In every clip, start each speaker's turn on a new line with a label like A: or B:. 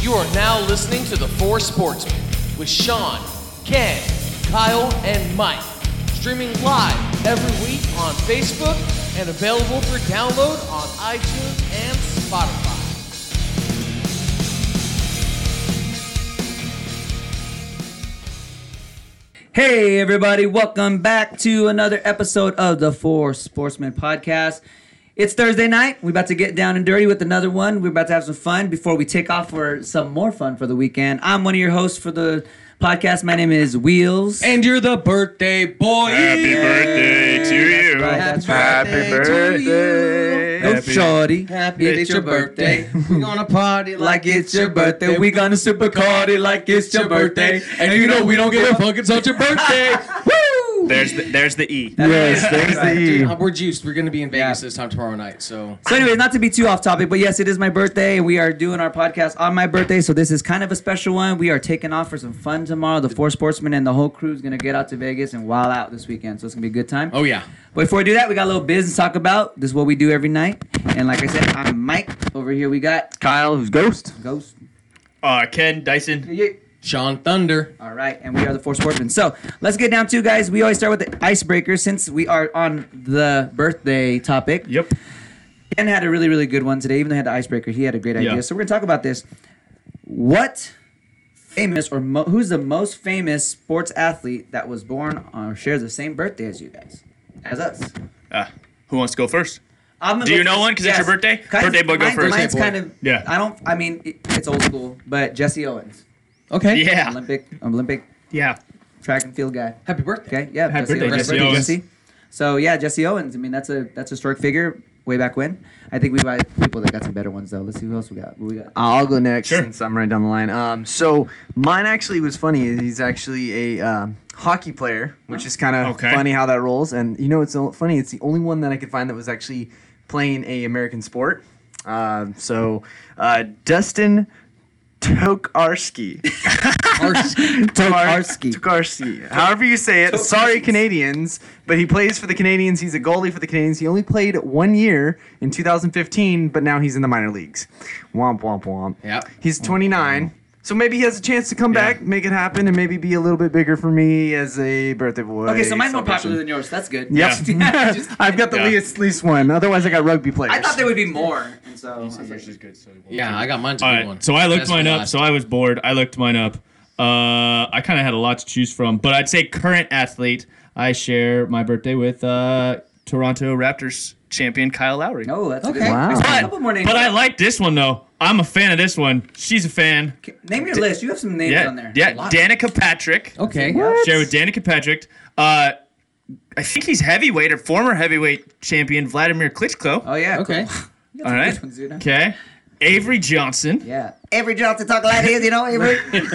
A: You are now listening to The Four Sportsmen with Sean, Ken, Kyle, and Mike. Streaming live every week on Facebook and available for download on iTunes and Spotify.
B: Hey, everybody, welcome back to another episode of the Four Sportsmen Podcast. It's Thursday night. We're about to get down and dirty with another one. We're about to have some fun before we take off for some more fun for the weekend. I'm one of your hosts for the podcast. My name is Wheels.
A: And you're the birthday boy.
C: Happy birthday to you.
B: right, that's right.
C: Happy birthday.
B: Go
C: Happy-
B: shorty.
A: Happy it's, your birthday. We're gonna party like it's your birthday.
B: We
A: We
B: gonna super cardi like it's your birthday.
A: And you know we don't give a fuck. It's not your birthday.
B: Woo!
C: There's the, there's the E.
B: Yes,
D: there's the E.
A: Dude, we're juiced. We're gonna be in Vegas this time tomorrow night. So
B: So, anyways, not to be too off topic, but yes, it is my birthday, and we are doing our podcast on my birthday. So this is kind of a special one. We are taking off for some fun tomorrow. The four sportsmen and the whole crew is gonna get out to Vegas and wild out this weekend. So it's gonna be a good time.
A: oh yeah.
B: But before we do that, we got a little business to talk about. This is what we do every night. And like I said, I'm Mike. Over here, we got
D: Kyle, who's Ghost.
B: Ghost.
C: Uh, Ken Dyson.
B: Yeah.
A: Sean Thunder.
B: All right, and we are the four sportsmen. So let's get down to guys. We always start with the icebreaker since we are on the birthday topic.
C: Yep.
B: Ken had a really, really good one today. Even though he had the icebreaker, he had a great idea.
C: Yeah.
B: So we're gonna talk about this. What famous or mo- who's the most famous sports athlete that was born or shares the same birthday as you guys, as us?
C: Uh, who wants to go first?
B: I'm gonna
C: Do
B: go
C: you know
B: first.
C: one? 'Cause it's your birthday? Birthday boy, go
B: mine's-
C: first.
B: Mine's
A: Birthday boy.
B: kind of
C: Yeah.
B: I don't. I mean, it- it's old school, but Jesse Owens,
A: Okay.
C: Yeah.
B: Olympic, Olympic
C: Yeah.
B: track and field guy.
A: Happy birthday.
B: Okay, yeah,
C: Happy birthday,
B: Owens.
C: Jesse Owens.
B: So yeah, Jesse Owens. I mean, that's a that's a historic figure way back when. I think we got people that got some better ones though. Let's see who else we got. Who we got?
D: I'll go next
C: Sure.
D: since I'm right down the line. Um, so mine actually was funny. is He's actually a um, hockey player, which is kind of
C: Okay.
D: funny how that rolls. And you know, it's o- funny. It's the only one that I could find that was actually playing a American sport. Um, so uh, Dustin Tokarski.
B: Tokarski.
D: Tokarski. However you say it. Sorry, Canadians. But he plays for the Canadians. He's a goalie for the Canadians. He only played one year in 2015, but now he's in the minor leagues. Womp, womp, womp.
A: Yep.
D: He's 29. So maybe he has a chance to come
C: Yeah.
D: back, make it happen, and maybe be a little bit bigger for me as a birthday boy.
B: Okay, so mine's more
D: celebration.
B: popular than yours. That's good.
D: Yep.
B: Yeah, just-
D: I've got the
C: Yeah.
D: least, least one. Otherwise, I got rugby players.
B: I thought there would be more, and so I was like,
A: Yeah, I got mine's a
C: All
A: good
C: right.
A: one.
C: So I looked
A: That's
C: mine
A: my
C: up.
A: last
C: So I was bored. I looked mine up. Uh, I kind of had a lot to choose from, but I'd say current athlete. I share my birthday with uh, Toronto Raptors champion Kyle Lowry.
B: oh, that's okay.
D: Wow.
B: A
C: But,
B: couple more names.
C: but I like this one though. I'm a fan of this one. She's a fan.
B: Name your list. You have some names
C: Yeah,
B: on there.
C: yeah.
B: A lot. Oh,
C: Danica Patrick.
A: Okay.
C: Share with Danica Patrick. Uh, I think he's heavyweight or former heavyweight champion Vladimir Klitschko.
B: Oh yeah.
A: Okay.
B: cool.
C: All right.
B: Good ones, dude.
C: Okay. Avery Johnson.
B: Yeah. Every job to talk like this, you know, Avery. you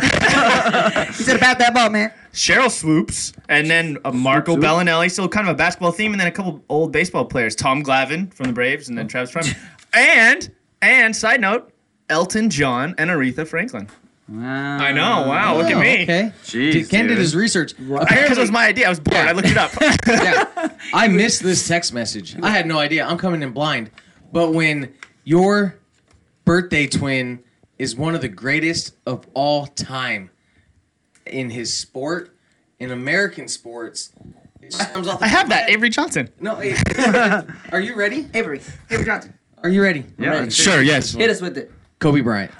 B: said about that ball, man.
C: Cheryl Swoops, and then uh, Marco Bellinelli. So kind of a basketball theme, and then a couple old baseball players: Tom Glavine from the Braves, and then Travis
B: Oh.
C: Fryman. and and side note, Elton John and Aretha Franklin.
B: Wow.
C: I know. Wow, look at
A: Oh,
C: me.
A: Okay.
D: Jeez,
A: Did- Ken did
D: dude.
A: his research.
C: Because it
A: Apparently,
C: was my idea. I was bored. I looked it up.
A: yeah, I missed this text message. I had no idea. I'm coming in blind. But when your birthday twin is one of the greatest of all time in his sport, in American sports, it just comes off the
C: I have
A: top of
C: that.
A: my head.
C: Avery Johnson.
A: No, it- are you ready?
B: Avery. Avery Johnson.
A: Are you ready?
D: Yeah.
A: Ready.
C: Sure. Yes.
B: Hit us with it. Um,
A: Kobe Bryant.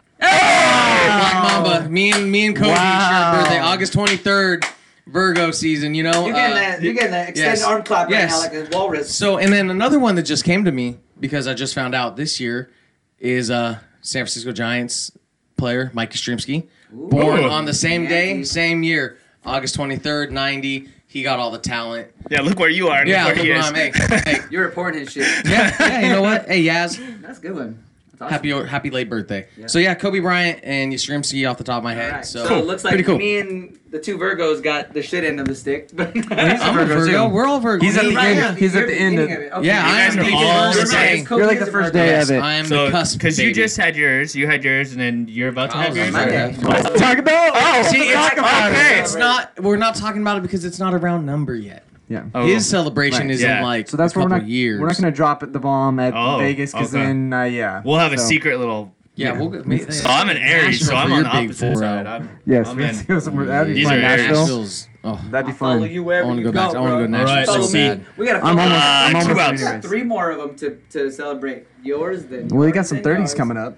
A: Black Mamba. Me and me and Kobe
D: Wow.
A: share birthday August 23rd, Virgo season. You know.
B: You're getting
A: uh,
B: that. You're getting that extended
A: yes.
B: arm clap right
A: Yes.
B: now, like a walrus.
A: So, and then another one that just came to me because I just found out this year is uh San Francisco Giants player Mike Yastrzemski, born
C: Ooh.
A: on the same day,
B: Yankee.
A: same year, August twenty third, ninety. He got all the talent.
C: Yeah. Look where you are. and
A: Yeah,
C: Look where he is.
A: LeBron, hey, hey,
B: You're reporting his shit.
A: yeah, yeah. You know what? Hey, Yaz,
B: That's a good one. That's awesome.
A: happy happy late birthday. So yeah, Kobe Bryant and Yastrzemski off the top of my head.
B: All right.
A: So,
B: So it looks like
A: pretty cool.
B: me and the two Virgos got the shit end of the stick. But
A: I'm a
D: Virgo,
A: Virgo.
D: too.
A: We're all Virgo.
D: He's at the
A: Right,
D: end.
A: yeah.
D: He's at the end of-
A: Yeah, I
C: am all the same.
D: You're like the first day
A: Yes,
D: of it.
A: I am the
C: So,
A: cusp.
C: because you
A: baby.
C: just had yours, you had yours, and then you're about to
A: I
C: have
A: was on
C: yours.
A: my day.
D: Talk about. Oh,
A: See, it's,
D: talk about
C: okay.
D: it.
A: it's not. We're not talking about it because it's not a round number yet.
D: Yeah.
C: Oh.
A: His celebration
D: Right.
A: is
C: Yeah.
A: in like
D: So that's
A: a
D: where we're
A: couple
D: not
A: years.
D: we're not gonna drop it, the bomb at
C: Oh,
D: Vegas because
C: okay.
D: then uh, yeah
C: We'll have a
D: So-
C: secret little
A: Yeah, we'll go. me-
C: So I'm an Aries, so
A: Nashville
C: I'm
A: for
C: on
A: your
C: the
A: big
C: opposite
A: four.
C: side. I'm,
D: Yes,
C: I'm
D: we
C: in.
D: see what's- that'd be
C: These
D: fun.
C: are areas.
D: Nashville.
A: Nashville's. Oh,
D: That'd be
B: Follow
D: fun.
B: you wherever
A: I wanna
B: you
A: go back- I wanna
B: bro.
A: go to Nashville
C: Alright,
A: so
B: Follow me.
A: bad.
B: We gotta
D: I'm
B: follow-
D: almost. I'm
C: Uh,
D: almost.
C: two
D: there
C: outs.
B: We got
D: anyways.
B: three more of them to, to celebrate. Yours, then.
D: Well, you
B: yours,
D: got some
B: then
D: 30s
B: yours.
D: coming up.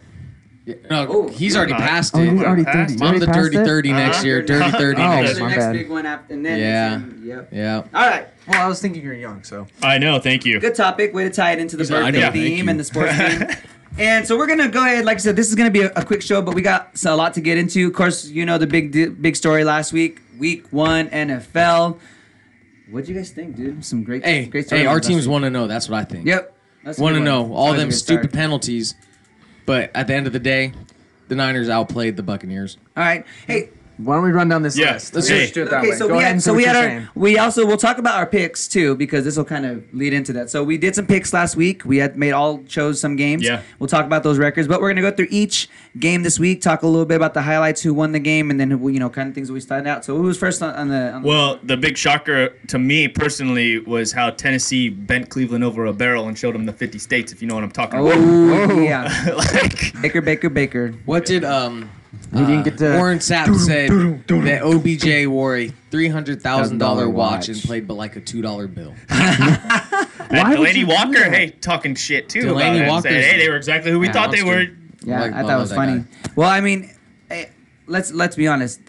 A: Yeah, no,
B: Oh,
A: he's
C: you're
A: already
C: not.
A: passed it.
D: Oh, he's already
C: Passed.
D: 30.
C: I'm
A: I'm the
D: Already
A: dirty
D: passed it?
A: 30 next
C: Uh-huh.
A: year. Dirty 30
D: Oh,
A: next month.
B: the
D: my
B: next
D: bad.
B: big one after, and then
A: Yeah.
B: it's in- yep.
A: Yeah.
B: All right.
D: Well, I was thinking you're young, so.
C: I know. Thank you.
B: Good topic. Way to tie it into the
A: He's like, I
B: birthday
A: know, thank
B: theme
A: you.
B: and the sports theme. And so we're gonna go ahead. Like I said, this is gonna be a, a quick show, but we got so- a lot to get into. Of course, you know the big di- big story last week, week one NFL. What'd you guys think, dude? Some great,
A: Hey,
B: great
A: hey,
B: storylines
A: our
B: last
A: teams
B: week.
A: want to know. That's what I think.
B: Yep. That's a
A: Want to
B: good one.
A: know oh. all
B: That's a
A: them
B: good
A: stupid
B: start.
A: penalties, but at the end of the day, the Niners outplayed the Buccaneers.
B: All right. Hey,
D: Why don't we run down this
C: Yeah,
D: list?
A: let's
D: Okay,
A: do it.
D: let's do it that
B: okay,
D: way.
B: so
D: Go
B: we
D: ahead
B: had,
D: and
B: so
D: say
B: we
D: what
B: had
D: you're
B: our,
D: saying.
B: we also we'll talk about our picks too because this will kind of lead into that. So we did some picks last week. We had made all chose some games.
C: Yeah.
B: we'll talk about those records, but we're gonna go through each game this week, talk a little bit about the highlights, who won the game, and then who- you know kind of things that we started out. So who was first on, on the? On the-
C: Well, the big shocker to me personally was how Tennessee bent Cleveland over a barrel and showed them the 50 states, if you know what I'm talking about.
B: Oh, yeah,
C: like,
B: Baker, Baker, Baker.
A: What did um
D: We didn't get to.
A: Warren Sapp said that OBJ wore a three hundred thousand dollar watch and
D: watch.
A: played but like a two dollar bill.
C: and
D: would
C: Delaney
D: you do
C: Walker,
D: that?
C: hey, talking shit too. about
A: Delaney
C: it and
A: Walker's-
C: said, hey, they were exactly who we
A: Yeah,
C: thought they were.
A: monster.
B: Yeah,
A: Like,
B: I
A: I
B: thought it
A: love
B: was
A: that
B: funny.
A: guy.
B: Well, I mean, eh, let's let's be honest.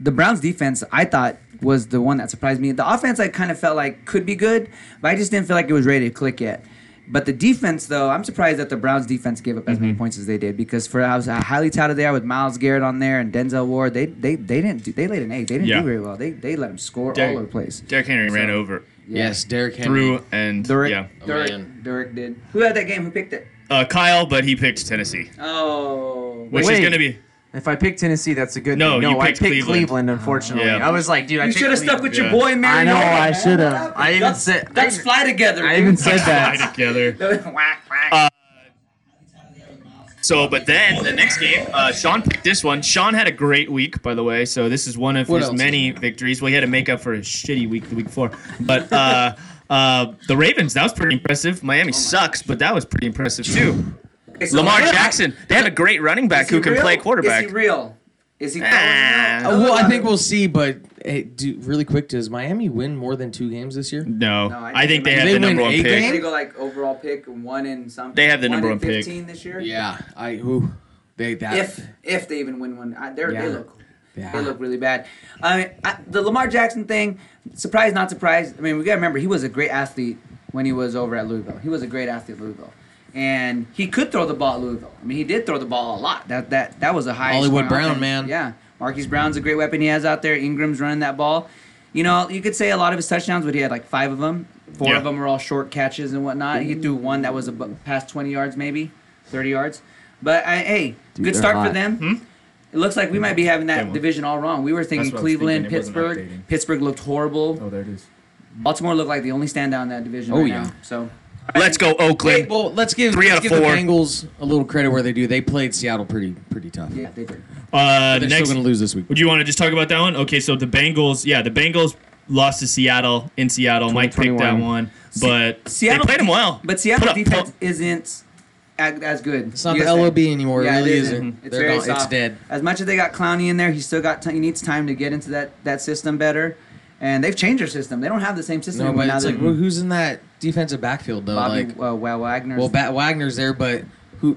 B: The Browns defense, I thought, was the one that surprised me. The offense, I kind of felt like could be good, but I just didn't feel like it was ready to click yet. But the defense, though, I'm surprised that the Browns defense gave up as
D: Mm-hmm.
B: many points as they did because for I was highly touted there with Miles Garrett on there and Denzel Ward. They they, they didn't do, they laid an egg. They didn't
C: Yeah.
B: do very well. They they let them score all
C: Derrick-
B: over the place.
C: Derrick Henry ran over,
A: Yes, Derrick Henry.
C: through, and
B: Derek,
C: yeah,
B: Derek,
A: man.
B: Derek did. Who had that game? Who picked it?
C: uh, Kyle, but he picked Tennessee,
B: Oh,
C: which is
D: Wait.
C: gonna be
D: If I pick Tennessee, that's a good
C: No,
D: thing.
C: you
D: I
C: picked
D: picked
C: Cleveland.
D: Cleveland, unfortunately.
C: Yeah.
D: I was like, dude, I
B: You
D: picked
B: should have stuck
D: Cleveland.
B: with your
C: Yeah.
B: boy, Mariota.
D: I know, I
B: man.
D: should have. I even
B: Let's-
D: said.
B: Let's fly together.
D: I
B: dude.
D: even said that.
C: together.
B: Whack, whack.
C: So, but then the next game, uh, Sean picked this one. Sean had a great week, by the way. So this is one of
A: What
C: his
A: else?
C: many victories. Well, he had to make up for his shitty week the week before. But uh, uh, the Ravens, that was pretty impressive. Miami sucks, but that was pretty impressive too.
B: Okay, so
C: Lamar
B: Mariota-
C: Jackson, they have a great running back
B: Is he
C: who can
B: real?
C: play quarterback.
B: Is he real? Is he?
C: Ah.
A: Uh, well, I think we'll see, but hey, do, really quick, does Miami win more than two games this year?
C: No,
B: No, I
C: I think
B: think
C: they have
A: they
C: the
A: win
C: number one
A: eight
C: pick.
A: games?
B: They go like overall pick one in something.
C: They have the
B: one
C: number
B: in
C: one pick.
B: 15 this year.
A: Yeah, I who they that
B: If if they even win one, I, they're,
A: Yeah.
B: they look
A: Yeah.
B: they look really bad. I mean, I, the Lamar Jackson thing, surprise not surprise. I mean, we gotta remember he was a great athlete when he was over at Louisville. He was a great athlete at Louisville, and he could throw the ball at Louisville. I mean, he did throw the ball a lot. That that that was a high.
A: Hollywood
B: scoring
A: Brown,
B: offense.
A: man.
B: Yeah, Marquise Brown's a great weapon he has out there. Ingram's running that ball. You know, you could say a lot of his touchdowns, but he had like five of them. Four
C: Yeah.
B: of them were all short catches and whatnot. He threw one that was abo- past 20 yards, maybe 30 yards. But I, hey,
D: Dude,
B: good
D: they're
B: start for
D: hot.
B: them.
C: Hmm?
B: It looks like we might be having
C: They
B: that
C: won't.
B: division all wrong. We were thinking
C: That's what I was
B: Cleveland,
C: thinking. It wasn't
B: Pittsburgh.
C: updating. Oh.
B: Pittsburgh looked horrible.
C: there it is.
B: Baltimore looked like the only standout in that division.
A: Oh,
B: right
A: yeah.
B: now. So
C: Let's go,
A: Wait,
C: Oakland. Uh,
A: well, let's give,
C: Three
A: let's
C: out of
A: give the
C: four.
A: Bengals a little credit where they do. They played Seattle pretty pretty tough.
B: yeah, they did.
C: Uh,
A: They're
C: next,
A: still going to lose this week.
C: Would you want to just talk about that one? Okay, so the Bengals, yeah, the Bengals lost to Seattle in Seattle. Mike picked that
D: 2021.
C: one, but
B: Seattle
C: they played them
B: de-
C: well.
B: But
C: Put
B: Seattle
C: up
B: defense
C: po-
B: isn't as, as good.
A: It's not the
B: You guys say-
A: LOB anymore. It really isn't.
C: Mm-hmm.
B: It's
A: They're
B: very
A: gone- it's
B: soft.
A: dead.
B: As much as they got Clowney in there, he still got t- he needs time to get into that that system better. And they've changed their system. They don't have the same system
A: No,
B: anymore
A: but
B: now.
A: it's
B: that
A: like well, who's in that defensive backfield though?
B: Bobby
A: like,
B: uh, Wa- Wagner's
A: well, Bat Wagner's there, but who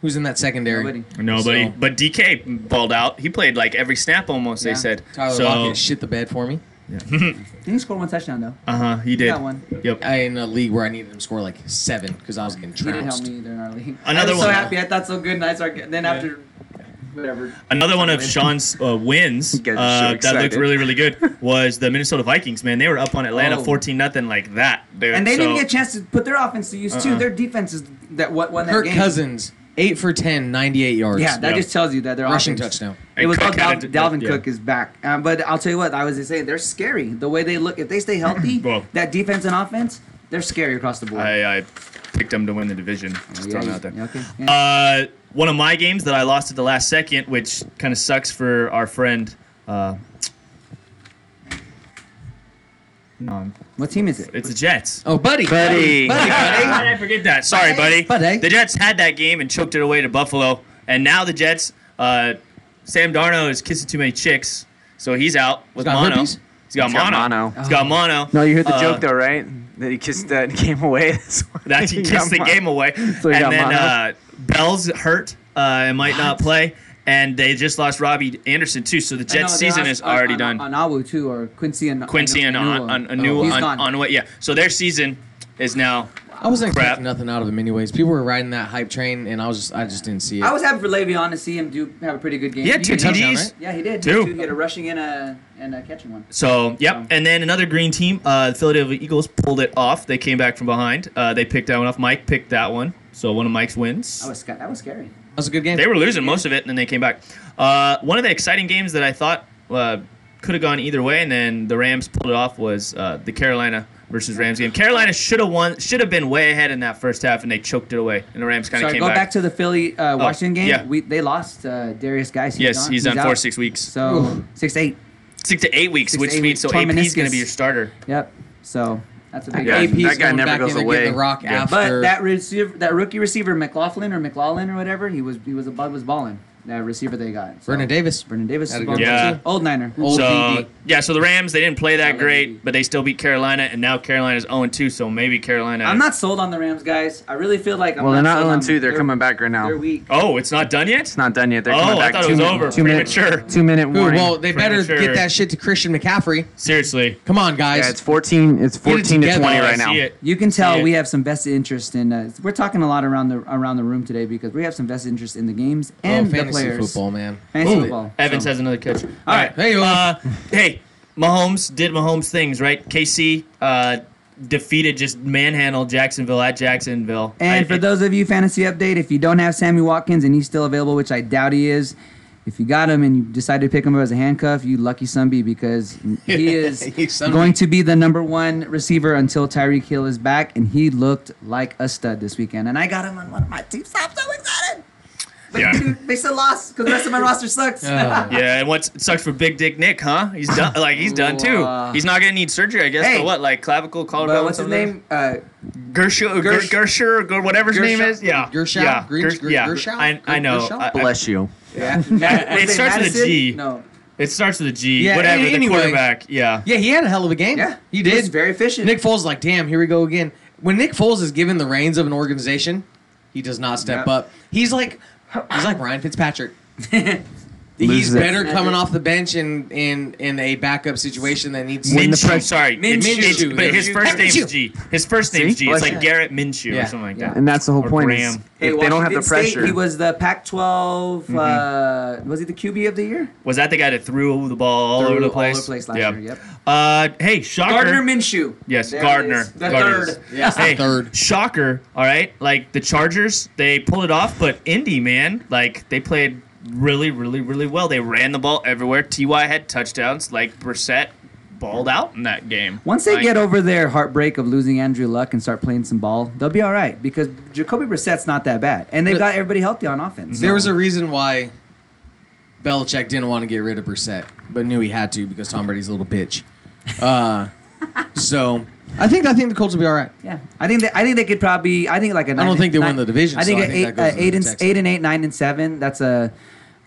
A: who's in that secondary?
B: Nobody.
C: Nobody,
A: So-
C: but DK balled out. He played like every snap almost.
B: Yeah.
C: They said
A: Tyler Lockett shit the bed for me.
B: Didn't he score one touchdown though?
C: Uh huh. He did.
B: got one.
C: Yep.
A: I in a league where I needed him to score like seven because I was getting
B: He didn't help
A: trounced.
B: me either in our league.
C: Another
B: I was
C: one.
B: so happy. I thought so good. And I started, then after, whatever.
C: Another one of Sean's uh, wins
D: guys are so
C: uh, that looked
D: excited.
C: really, really good was the Minnesota Vikings. Man, they were up on Atlanta,
B: Oh.
C: fourteen nothing, like that, dude.
B: And they didn't
C: So-
B: get a chance to put their offense to use too. Their defense is that what won that
A: Kirk
B: game.
A: Cousins, eight for 10, 98 yards.
B: Yeah, that
C: Yeah.
B: just tells you that their
A: rushing
B: offense-
A: touchdown.
B: It was
C: And
B: all
C: Cook had
B: Dalvin,
C: a-
B: Dalvin
C: yeah.
B: Cook is back. Um, but I'll tell you what, I was just saying they're scary. The way they look, if they stay healthy,
C: Well-
B: that defense and offense, they're scary across the board.
C: I, I picked them to win the division. Just
B: yeah,
C: throwing it
B: you-
C: out there.
B: yeah, okay, yeah.
C: Uh, one of my games that I lost at the last second, which kind of sucks for our friend. Uh, no, I'm-
B: what team is it?
C: um, it's the Jets.
A: Oh, buddy.
D: Buddy.
A: Buddy.
C: How did I forget that? Sorry, buddy.
A: But, hey.
C: The Jets had that game and choked it away to Buffalo. And now the Jets, uh, Sam Darno is kissing too many chicks, so he's out with
A: got
C: mono.
A: herpes?
C: He's got
D: He's got
C: mono.
D: mono.
C: He's got mono.
D: No, you heard the
C: Uh,
D: joke though, right? That he kissed that game away. That's why
C: That he
D: got
C: kissed the
D: mar-
C: game away.
D: So he
C: and
D: got
C: then
D: mono.
C: uh, Bell's hurt uh, and might not play. And they just lost Robbie Anderson too, so the
B: I know
C: Jets
B: they
C: season
B: lost
C: is
B: on-
C: already
B: on-
C: done.
B: On Awu too, or Quincy and
C: Quincy and on, on a new
B: Oh, He's
C: on,
B: gone.
C: on what? Yeah, so their season is now.
A: I wasn't
C: Crap.
A: expecting nothing out of him anyways. People were riding that hype train, and I was just I just didn't see it.
B: I was happy for Le'Veon to see him do have a pretty good game.
C: He had
B: He
C: two
B: did.
A: touchdowns,
C: TDs.
A: right?
B: Yeah, he did.
C: Two.
B: Two. He had a rushing and a and a catching one.
C: So, yep. And then another green team, uh, the Philadelphia Eagles pulled it off. They came back from behind. Uh, they picked that one off. Mike picked that one. So one of Mike's wins.
B: That was sc- that was scary.
A: That was a good game.
C: They were losing most of it, and then they came back. Uh, one of the exciting games that I thought uh, could have gone either way, and then the Rams pulled it off, was uh, the Carolina versus Rams game. Carolina should have won, should have been way ahead in that first half, and they choked it away. And the Rams kind of
B: Sorry,
C: came
B: go back.
C: back.
B: to the Philly uh, Washington game.
C: yeah.
B: We they lost uh, Darius Guys.
C: yes, he's, on
B: out.
C: done four six weeks,
B: So six to eight.
C: six to eight weeks,
B: Six to
C: which
B: eight
C: means
B: weeks.
C: so
B: Torn
C: AP is going
B: meniscus.
C: to be your starter.
B: Yep. So that's a big
D: Yeah,
A: AP's
B: game.
D: that guy
A: going
D: never
A: back
D: goes
A: in and
D: away.
A: getting the rock
D: Yeah.
A: after.
B: But that receiver, that rookie receiver McLaughlin or McLaughlin or whatever, he was he was a bud was balling. That receiver they got. So.
A: Vernon Davis.
B: Vernon Davis.
A: Had a
B: was
A: good one,
B: balling.
C: Yeah.
A: too.
B: Old Niner.
A: Old
C: so
A: DB.
C: yeah, so the Rams they didn't play that
B: Yeah, maybe.
C: great, but they still beat Carolina, and now Carolina's 0 2, so maybe Carolina.
B: I'm not sold on the Rams, guys. I really feel like I'm
D: Well, they're
B: not
D: not
B: sold
D: on
B: on
D: two. They're coming back right now.
B: They're
D: It's
B: weak.
C: Oh, it's not done yet.
D: not done yet. They're
C: Oh, I
D: coming back.
C: thought it
D: two
C: was
D: min-
C: over.
D: Two minute,
C: Premature.
D: Two minute
A: Ooh,
D: warning.
A: well, they better
C: Premature.
A: get that shit to Christian McCaffrey.
C: Seriously,
A: Come on, guys.
D: yeah, it's fourteen. It's
A: it
D: fourteen to
A: together.
D: twenty
A: Oh,
C: I
D: right
C: see
D: now.
C: it.
B: You can
C: See
B: tell
C: it.
B: we have some vested interest in. Uh, we're talking a lot around the around the room today because we have some vested interest in the games and
A: oh,
B: the
A: fantasy
B: players.
A: football, man.
B: Fantasy
A: Ooh.
B: football.
C: Evans
B: So-
C: has another catch. All right.
A: Hey, you
C: uh, hey, Mahomes did Mahomes things, right? KC uh, defeated, just manhandled Jacksonville at Jacksonville.
B: And
C: I-
B: for those of you fantasy update, if you don't have Sammy Watkins and he's still available, which I doubt he is, if you got him and you decided to pick him up as a handcuff, you lucky sunbee because he is
A: You sunbee.
B: going to be the number one receiver until Tyreek Hill is back, and he looked like a stud this weekend. And I got him on one of my teams. I'm so excited. But
C: Yeah.
B: dude, they still lost because the rest of my roster sucks.
A: Oh.
C: yeah, and what's it sucks for Big Dick Nick, huh? He's done. Like he's done too.
B: Wow.
C: He's not gonna need surgery, I guess.
B: Hey.
C: for what, like clavicle, collarbone?
B: But what's his
C: Oh, something?
B: name? Uh,
C: Gershaw,
B: Gersh-
C: Gershaw, or whatever his name
A: Gershaw?
C: is. Yeah,
A: Gershaw?
C: yeah,
A: Grinch-
C: Gersh-
A: Ger-
C: yeah.
A: Gershaw?
C: I, I know.
A: Gershaw?
C: I, I,
D: Bless you.
B: yeah.
C: It starts with a G.
B: No.
C: it starts with a G.
A: Yeah,
C: whatever. The
A: anyway.
C: quarterback. Yeah.
A: Yeah, he had a hell of a game.
B: Yeah.
A: he
B: He
A: did.
B: was very efficient.
A: Nick Foles, is like, damn, here we go again. When Nick Foles is given the reins of an organization, he does not step
B: Yeah.
A: up. He's like, he's like Ryan Fitzpatrick. he's
D: Loses it.
A: better coming off the bench in in in a backup situation that needs.
D: When the
C: Minshew,
D: press-
C: sorry, it's-
A: Minshew.
C: it's- but his
A: Minshew.
C: first name's
A: Minshew.
C: G. His first name's
D: See?
C: G. It's
D: Bless
C: like
A: you.
C: Garrett Minshew
A: Yeah.
C: or something like
B: Yeah.
C: that.
D: And that's the whole
C: Or
D: point.
C: Graham.
D: Is
B: Hey,
D: if they don't have the
B: Washington State,
D: pressure,
B: he was the Pac-12. Uh, was he the QB of the year?
C: Was that the guy that threw the ball Mm-hmm. all
B: Threw
C: over the
B: all
C: place?
B: over the place last
C: Yeah.
B: year, yep.
C: Uh, hey, shocker.
B: Gardner Minshew.
C: yes,
B: There it
C: Gardner.
B: is. The
C: Gardner.
B: third.
A: Yeah,
C: Hey,
A: third.
C: shocker. All right, like the Chargers, they pulled it off, but Indy, man, like they played really, really, really well. They ran the ball everywhere. Ty had touchdowns. Like Brissett balled out in that game.
B: Once they
C: Like,
B: get over their heartbreak of losing Andrew Luck and start playing some ball, they'll be all right because Jacoby Brissett's not that bad, and they've
A: But-
B: got everybody healthy on
C: Mm-hmm.
B: offense.
A: There was a reason why Belichick didn't want to get rid of Brissett, but knew he had to because Tom Brady's a little bitch. Uh, so I think I think the Colts will be all right.
B: yeah. I think they, I think they could probably. I think like a
A: don't
B: nine-
A: think they win
B: nine-
A: the division,
B: I think,
A: so
B: a
A: I
B: eight,
A: think that goes
B: uh,
A: to
B: eight
A: the
B: and
A: Texans.
B: eight and eight, nine and seven. That's a,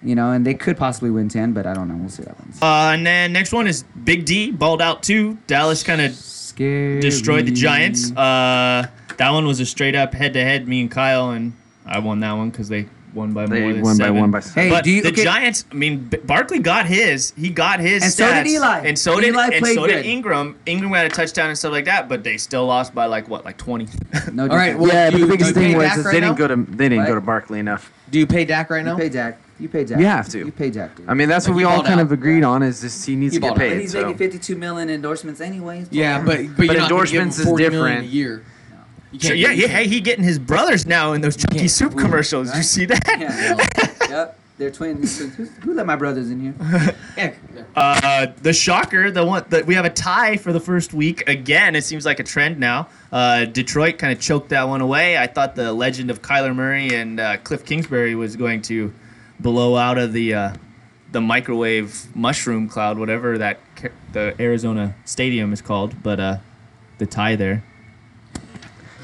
B: you know, and they could possibly win ten, but I don't know. We'll see what happens.
C: Uh, and then next one is Big D balled out too. Dallas kind of
B: Scary.
C: destroyed the Giants. Uh, that one was a straight up head to head. Me and Kyle and I won that one because they won by
D: they
C: more than
D: won
C: seven.
D: by one by.
B: Hey,
C: but
B: do you,
C: the
B: okay,
C: Giants, I mean, B- Barkley got his. He got his.
B: And so
C: stats,
B: did Eli.
C: And so did
B: Eli
C: and
B: played
C: so
B: good.
C: did Ingram. Ingram had a touchdown and stuff like that, but they still lost by like what, like twenty.
B: No
A: All right,
B: difference.
A: well,
D: yeah, but
A: you-
D: the biggest
A: you
D: thing
A: pay
D: was
A: Dak
D: is
A: right
D: they
A: now?
D: didn't go to they didn't
B: What?
D: go to Barkley enough.
A: Do you pay Dak right
B: You
A: now?
B: pay Dak. You pay Dak.
D: You have to.
B: You pay Dak. Dude.
D: I mean, that's
A: Like,
D: what we
A: he
D: all
A: balled
D: kind
A: out.
D: of agreed on is just he needs
A: He
D: to get
A: balled out.
B: but
D: paid.
B: he's
D: so.
B: making 52 million endorsements anyways.
A: Yeah, but but, you're not gonna give him
D: endorsements is
A: 40 million
D: different.
A: a year. You
C: So
A: can't
C: yeah,
A: give
C: he,
A: him-
C: hey, he getting his brothers now in those Chucky
A: can't-
C: Soup commercials. You see that?
B: Yeah, well, yep, they're twins. Who, who let my brothers in here?
A: Yeah.
C: Uh, the shocker, the one that we have a tie for the first week again. It seems like a trend now. Uh, Detroit kind of choked that one away. I thought the legend of Kyler Murray and uh, Cliff Kingsbury was going to blow out of the uh, the microwave mushroom cloud, whatever that ca- the Arizona stadium is called. But uh, the tie there.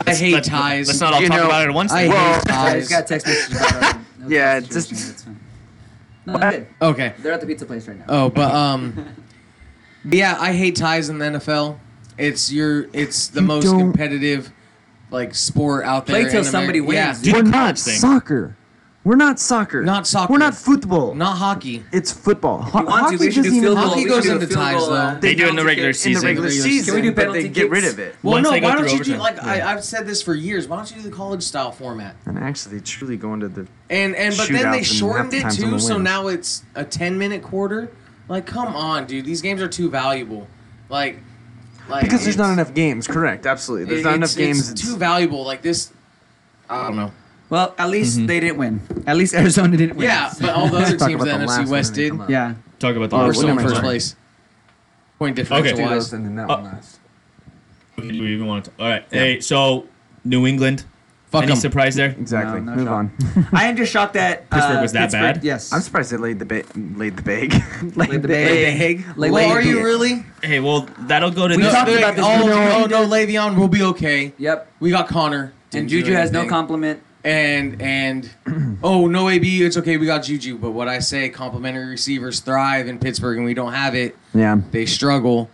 A: I hate
C: Let's-
A: ties.
C: Let's not all
D: You
C: talk
D: know,
C: about it at once.
A: I
C: then.
D: Well,
A: hate
B: I
A: ties.
B: just got text messages. About
D: Yeah,
B: it's
D: just-
B: No, they're good.
A: Okay.
B: They're at the pizza place right now.
A: Oh, but um, yeah, I hate ties in the NFL. It's your it's the
D: You
A: most
D: don't-
A: competitive like sport out there.
B: Play till
A: in Ameri-
B: somebody wins,
A: Yeah.
B: dude.
C: Do the
D: We're not
C: college thing.
D: soccer. We're not soccer.
A: Not soccer.
D: We're not football.
A: Not hockey.
D: It's football. Ho-
B: We want to. We should
D: doesn't
B: do field
D: even-
B: goal.
A: hockey
B: we should
A: goes
B: do a
A: into
B: field
A: ties,
B: goal, uh,
A: though.
C: They do it in the regular
D: In
C: season.
D: the regular
A: Regular season.
D: season,
B: Can we do
D: but they
B: penalty
D: get rid
B: kicks?
D: of it.
A: Well,
C: Once
A: no.
C: they go
A: Why don't
C: through
A: you do
C: overtime.
A: like I, I've said this for years? Why don't you do the college style format?
D: And actually, truly going to the
A: And and but
D: Shootouts
A: then
D: and half
A: they
D: the
A: shortened it
D: time's on
A: too,
D: the
A: so
D: win.
A: now it's a ten minute quarter. Like, come on, dude. These games are too valuable. Like, like
D: because there's not
A: it's-
D: enough games. Correct. Absolutely, there's not
A: it's-
D: enough games.
A: It's too valuable. Like this. um, I don't know.
B: Well, at least they didn't win. At least Arizona didn't win.
A: Yeah, but all the
D: Let's
A: other
D: talk
A: teams
D: about
A: in the
D: the last
A: NFC
D: one and
A: West
D: then
A: did
D: come up.
B: yeah.
C: Talk about the
D: Oh,
A: are
D: we're
A: still in
D: never
A: first
D: mind.
A: place. Point differential
D: Do
C: Okay.
A: wise.
D: those and then that
C: Uh,
D: one last.
C: Do we even want to? All right. Hey, so New England.
A: Fuck
C: Any
A: 'em.
C: surprise there?
D: Exactly.
B: No, no
D: Move
B: shot.
D: on.
B: I am just shocked that uh,
C: Pittsburgh was that
B: Pittsburgh-
C: bad?
B: Yes.
D: I'm surprised they laid the ba- laid the bag.
B: Laid the bag. Laid
A: well,
B: the
A: are
B: bag.
A: you really?
C: Hey, well, that'll go to.
B: We
C: no-
B: talked
A: they-
B: about this
A: Oh, no,
B: before.
A: no, Le'Veon will be okay.
B: Yep.
A: We got Connor.
B: And
A: Didn't do
B: Juju has no
A: anything.
B: compliment.
A: And and oh no, AB, it's okay. We got Juju. But what I say, complimentary receivers thrive in Pittsburgh, and we don't have it.
D: yeah.
A: They struggle.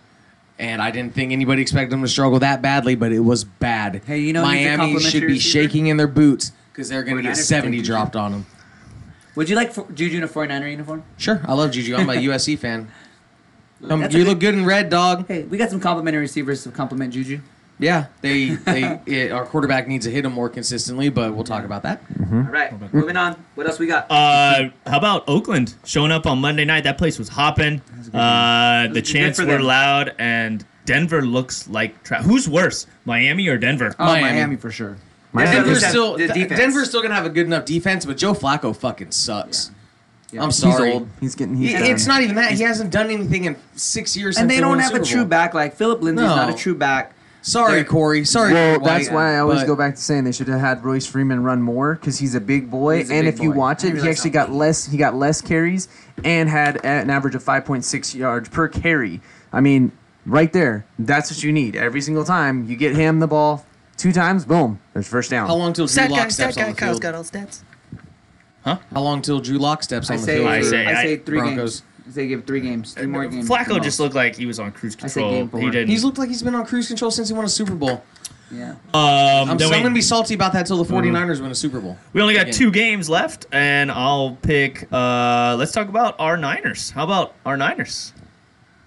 A: And I didn't think anybody expected them to struggle that badly, but it was bad.
B: Hey, you know who's a
A: Miami
B: complimentary
A: should be
B: receiver?
A: shaking in their boots because they're going to
B: 49ers
A: get
B: should
A: seventy
B: take Juju.
A: dropped on them.
B: Would you like for, Juju in a 49er uniform?
A: Sure, I love Juju. I'm a USC fan. Um,
B: That's a
A: you
B: good-
A: look good in red, dog.
B: Hey, we got some complimentary receivers to compliment Juju.
A: Yeah, they they it, our quarterback needs to hit him more consistently, but we'll talk about that.
C: Hmm?
B: All right, moving on. What else we got?
C: Uh, how about Oakland showing up on Monday night? That place was hopping.
B: a good
C: Uh, the
B: Good
C: chants
B: for
C: were
B: them.
C: loud, and Denver looks like tra- who's worse, Miami or Denver?
B: oh,
A: Miami.
B: Miami. for sure.
D: Miami.
B: Denver-
A: Denver's
B: defense.
A: still
B: The defense.
A: Denver's still gonna have a good enough defense, but Joe Flacco fucking sucks.
B: Yeah.
A: I'm
B: He's
A: sorry.
B: old.
D: He's getting.
A: He-
D: He's done.
A: it's not even that he hasn't done anything in six years.
B: And
A: since
B: they don't
A: won the
B: have a
A: Super
B: true
A: Bowl.
B: back. Like Philip Lindsay's
A: No.
B: not a true back.
A: Sorry,
B: They're-
A: Corey. Sorry.
D: Well,
A: Corey
D: that's
A: White,
D: why I always
A: but-
D: go back to saying they should have had Royce Freeman run more because he's a big boy.
B: He's a
D: and
B: big
D: if you
B: boy.
D: watch
B: I
D: it, he
B: realize
D: actually
B: how
D: got less. He got less carries and had an average of 5.6 yards per carry. I mean, right there, that's what you need every single time. You get him the ball two times, boom, there's first down.
A: How long till Drew
E: Stat guy,
A: Lock
E: stat
A: steps on
E: guy,
A: the
E: Kyle's
A: field?
E: got all stats.
A: How long till Drew Lock steps
B: I
A: on the
B: say,
A: field?
C: I
B: I
C: say-
B: say,
C: I-
B: three
A: Broncos.
B: games. I say give three games, three more games. at the
C: Flacco
B: most.
C: just looked like he was on cruise
B: said
C: control.
B: game four.
C: He didn't.
A: He's looked like he's been on cruise control since he won a Super Bowl.
B: Yeah.
C: um,
A: I'm,
C: then
A: so I'm
C: we,
A: gonna be salty about that till the 49ers win a Super Bowl.
C: we only got
A: Again.
C: two games left, and I'll pick. Uh, let's talk about our Niners. How about our Niners?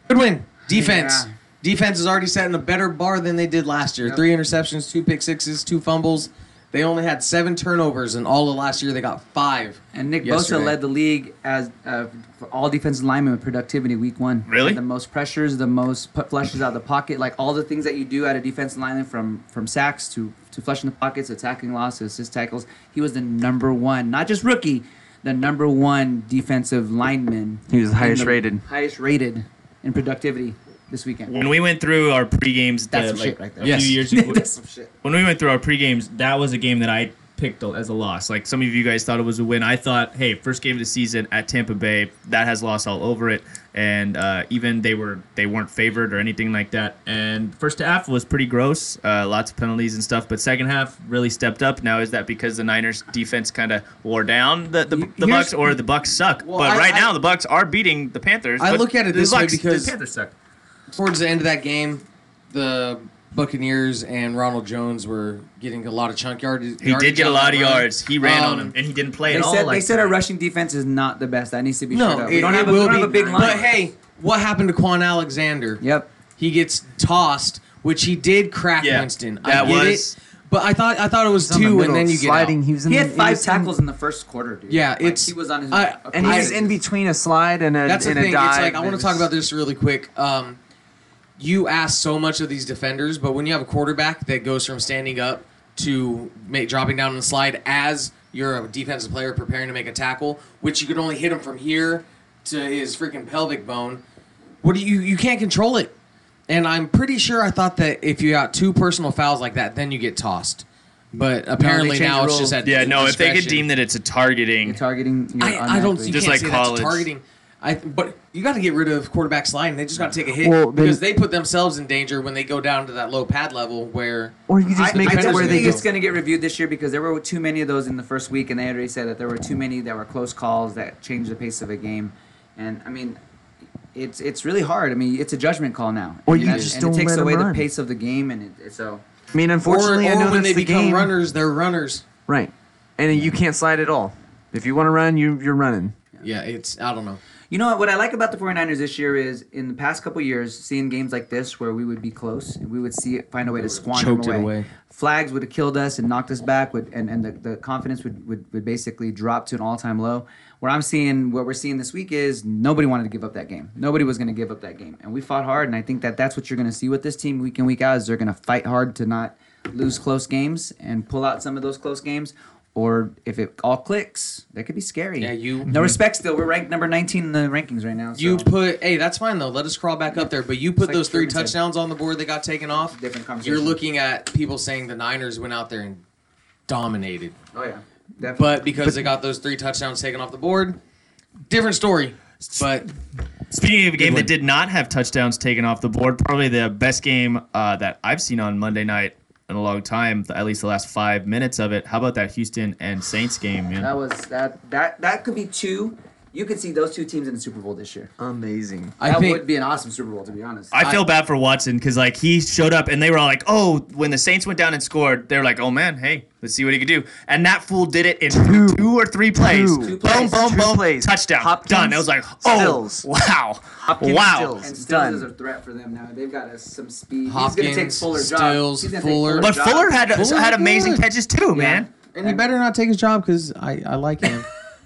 A: Good win. Defense.
B: Yeah.
A: Defense is already setting a better bar than they did last year.
B: Yep.
A: Three interceptions, two pick sixes, two fumbles. They only had seven turnovers, and all of last year they got five.
B: And Nick Bosa
A: yesterday.
B: led the league as uh, for all defensive linemen with productivity week one.
C: Really?
B: Had the most pressures, the most put flushes out of the pocket, like all the things that you do at a defensive lineman from from sacks to to flushing the pockets, to tackling loss, to assist tackles. He was the number one, not just rookie, the number one defensive lineman.
D: He was the
B: in
D: highest rated.
B: Highest rated in productivity this weekend.
C: When we went through our pre-games,
B: That's some
C: that, like,
B: shit right there.
C: A
A: Yes.
C: few years ago,
B: That's some shit.
C: when we went through our pre-games, that was a game that I picked as a loss. Like some of you guys thought it was a win. I thought, hey, first game of the season at Tampa Bay, that has loss all over it, and uh, even they were they weren't favored or anything like that. And first half was pretty gross, uh, lots of penalties and stuff. But second half really stepped up. Now is that because the Niners defense kind of wore down the the, the
A: Here's-
C: Bucks, or the Bucks suck?
A: Well,
C: but
A: I-
C: right
A: I-
C: now the Bucks are beating the Panthers.
A: I
C: but
A: look at it
C: the
A: this way
C: Bucks-
A: because-
C: the Panthers suck.
A: Towards the end of that game, the Buccaneers and Ronald Jones were getting a lot of chunk yard.
C: He did get a lot of yards. He ran on
A: Um,
C: him, and he didn't play
B: They
C: at all.
B: said
C: like
B: they said
C: that.
B: our rushing defense is not the best. That needs to be shut
A: No,
B: up.
A: it,
B: We don't,
A: it
B: have, a, we
A: will
B: don't have a
A: be.
B: big line.
A: But hey, what happened to Quan Alexander?
B: Yep.
A: He gets tossed, which he did crack
C: Yeah,
A: Winston.
C: that
A: I get
C: was-
A: it, but I thought I thought it was
D: He's on the
A: two,
D: middle
A: and then
D: of
A: you get
D: sliding.
A: out.
D: He was in
B: He
D: the,
B: had five
D: was in-
B: tackles in the first quarter, dude.
A: Yeah,
B: Like,
A: it's-
B: he was on his.
A: I-
D: and he
A: I-
D: was in between a slide and a
A: That's the
D: and
A: thing.
D: a dive.
A: It's like I
D: It
A: want to
D: was-
A: talk about this really quick. Um, you ask so much of these defenders, but when you have a quarterback that goes from standing up to make, dropping down on the slide as you're a defensive player preparing to make a tackle, which you can only hit him from here to his freaking pelvic bone. What do you you can't control it? And I'm pretty sure I thought that if you got two personal fouls like that, then you get tossed. But apparently
B: changed the
A: now it's
B: rule.
A: just at
C: Yeah, no, if they could
A: discretion.
C: deem that it's a targeting.
B: You're targeting. You're
A: I, I don't you
B: automatically-
C: Just
A: can't say
C: like college.
A: That's targeting. I but you got to get rid of quarterback sliding. They just got to take a hit
D: Well, then-
A: because they put themselves in danger when they go down to that low pad level where.
D: Or you just
B: I,
D: make
B: I
D: it to
B: don't
D: where
B: think
D: they
A: go.
B: it's going to get reviewed this year because there were too many of those in the first week, and they already said that there were too many that were close calls that changed the pace of a game. And I mean, it's it's really hard. I mean, it's a judgment call now.
D: Or
B: and
D: you
B: that-
D: just
B: and
D: don't
B: it takes
D: let 'em
B: away the
D: run.
B: pace of the game, and it, so
D: I mean,
A: Or, or
D: unfortunately, I know
A: when
D: that's
A: they
D: the
A: become
D: game.
A: runners, they're runners.
D: Right. And you can't slide at all. If you want to run, you, you're running.
A: Yeah, it's I don't know.
B: You know what? What I like about the 49ers this year is in the past couple years, seeing games like this where we would be close and we would see it, find a way to squander
A: choked
B: them
A: it
B: away.
A: away.
B: Flags would have killed us and knocked us back, would, and, and the, the confidence would, would, would basically drop to an all time low. What I'm seeing, what we're seeing this week is nobody wanted to give up that game. Nobody was going to give up that game. And we fought hard, and I think that that's what you're going to see with this team week in, week out is they're going to fight hard to not lose close games and pull out some of those close games. Or if it all clicks, that could be scary.
A: Yeah, you-
B: No respect still. We're ranked number 19 in the rankings right now. So.
A: You put hey, that's fine though. Let us crawl back up there. But you put
B: like
A: those three
B: Truman said.
A: touchdowns on the board that got taken off.
B: Different conversation.
A: You're looking at people saying the Niners went out there and dominated.
B: Oh yeah. Definitely.
A: But because they got those three touchdowns taken off the board, different story. But
C: Speaking of a game
A: one.
C: that did not have touchdowns taken off the board, probably the best game uh, that I've seen on Monday night in a long time, at least the last five minutes of it. How about that Houston and Saints game, man?
B: that was that that that could be two. You could see those two teams in the Super Bowl this year.
D: Amazing.
A: I
B: that
A: think
B: would be an awesome Super Bowl, to be honest.
C: I feel bad for Watson because like he showed up and they were all like, "Oh, when the Saints went down and scored, they were like, oh man, hey, let's see what he could do." And that fool did it in two,
D: Two.
C: or three plays.
D: Two.
C: Boom,
D: Two
B: plays.
C: boom,
D: Two
C: boom!
D: plays.
C: Touchdown.
D: Hopkins,
C: Done. It was like, oh,
D: Stills.
C: wow,
D: Hopkins,
C: wow.
D: Stills.
B: and Stills
D: Done.
B: is a threat for them now. They've got us some speed. He's gonna take
A: Hopkins,
B: Fuller's
A: Stills,
B: job. He's gonna
A: Fuller.
B: Take
C: But
B: Fuller's job.
C: Fuller had
A: Fuller
C: had amazing
A: good.
C: catches too, man.
A: and he better not take his job because I, I like him.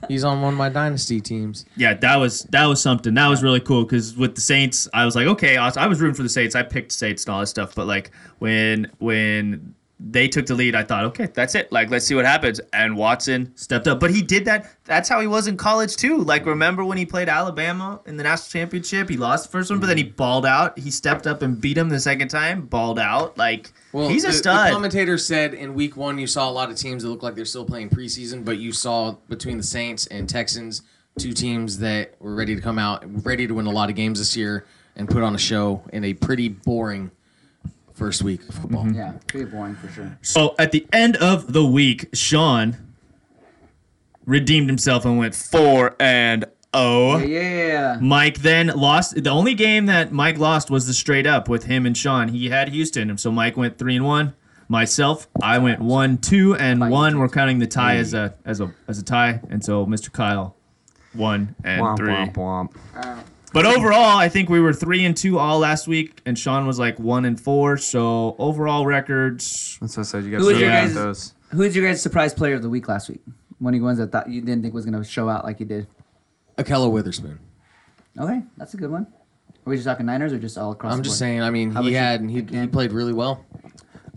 A: He's on one of my dynasty teams.
C: Yeah, that was that was something. That was really cool because with the Saints, I was like, okay, awesome. I was rooting for the Saints. I picked Saints and all this stuff, but like when when they took the lead, I thought, okay, that's it. Like let's see what happens. And Watson stepped up, but he did that. That's how he was in college too. Like remember when he played Alabama in the national championship? He lost the first one, but then he balled out. He stepped up and beat him the second time. Balled out. Like he's a
A: the,
C: stud.
A: The commentator said in week one, you saw a lot of teams that look like they're still playing preseason, but you saw between the Saints and Texans, two teams that were ready to come out, ready to win a lot of games this year and put on a show in a pretty boring first week of football.
B: Yeah, pretty boring for sure.
C: So at the end of the week, Sean redeemed himself and went four and oh.
B: Yeah, yeah.
C: Mike then lost. The only game that Mike lost was the straight up with him and Sean. He had Houston, so Mike went three and one. Myself, I went one, two, and one. We're counting the tie as a as a as a tie, and so Mr. Kyle, one and
D: Womp,
C: three.
D: womp, womp.
C: But overall, I think we were three and two all last week, and Sean was like one and four. So overall records,
D: That's what I said. You got
B: Who was
D: to
B: your
D: yeah.
B: guys-
D: those.
B: Who was your guys' surprise player of the week last week? One of the ones that thought you didn't think was gonna show out like you did.
A: Akella Witherspoon.
B: Okay, that's a good one. Are we just talking Niners or just all across?
A: I'm
B: the
A: just
B: board?
A: saying, I mean,
B: about
A: he
B: you,
A: had, he, he
B: Dan?
A: played really well.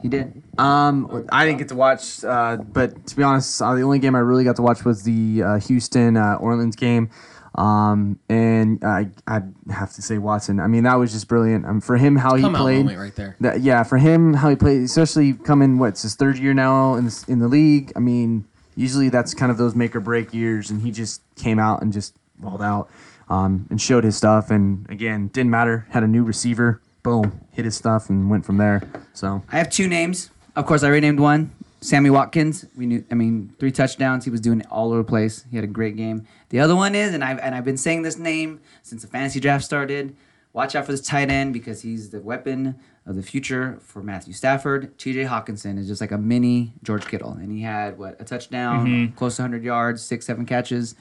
B: He did.
D: Um, I didn't get to watch, uh, but to be honest, uh, the only game I really got to watch was the uh, Houston uh, Orleans game. Um, and I I have to say Watson. I mean, that was just brilliant. Um, for him, how
A: Come
D: he
A: out
D: played.
A: moment right there.
D: That, yeah, for him, how he played, especially coming what's his third year now in this, in the league. I mean, usually that's kind of those make or break years, and he just came out and just balled out um, and showed his stuff. And again, didn't matter. Had a new receiver, boom, hit his stuff and went from there. So
B: I have two names. Of course, I renamed one. Sammy Watkins. We knew. I mean, three touchdowns. He was doing it all over the place. He had a great game. The other one is, and I've and I've been saying this name since the fantasy draft started. Watch out for this tight end because he's the weapon of the future for Matthew Stafford. T.J. Hawkinson is just like a mini George Kittle, and he had what a touchdown, close to 100 yards, six, seven catches.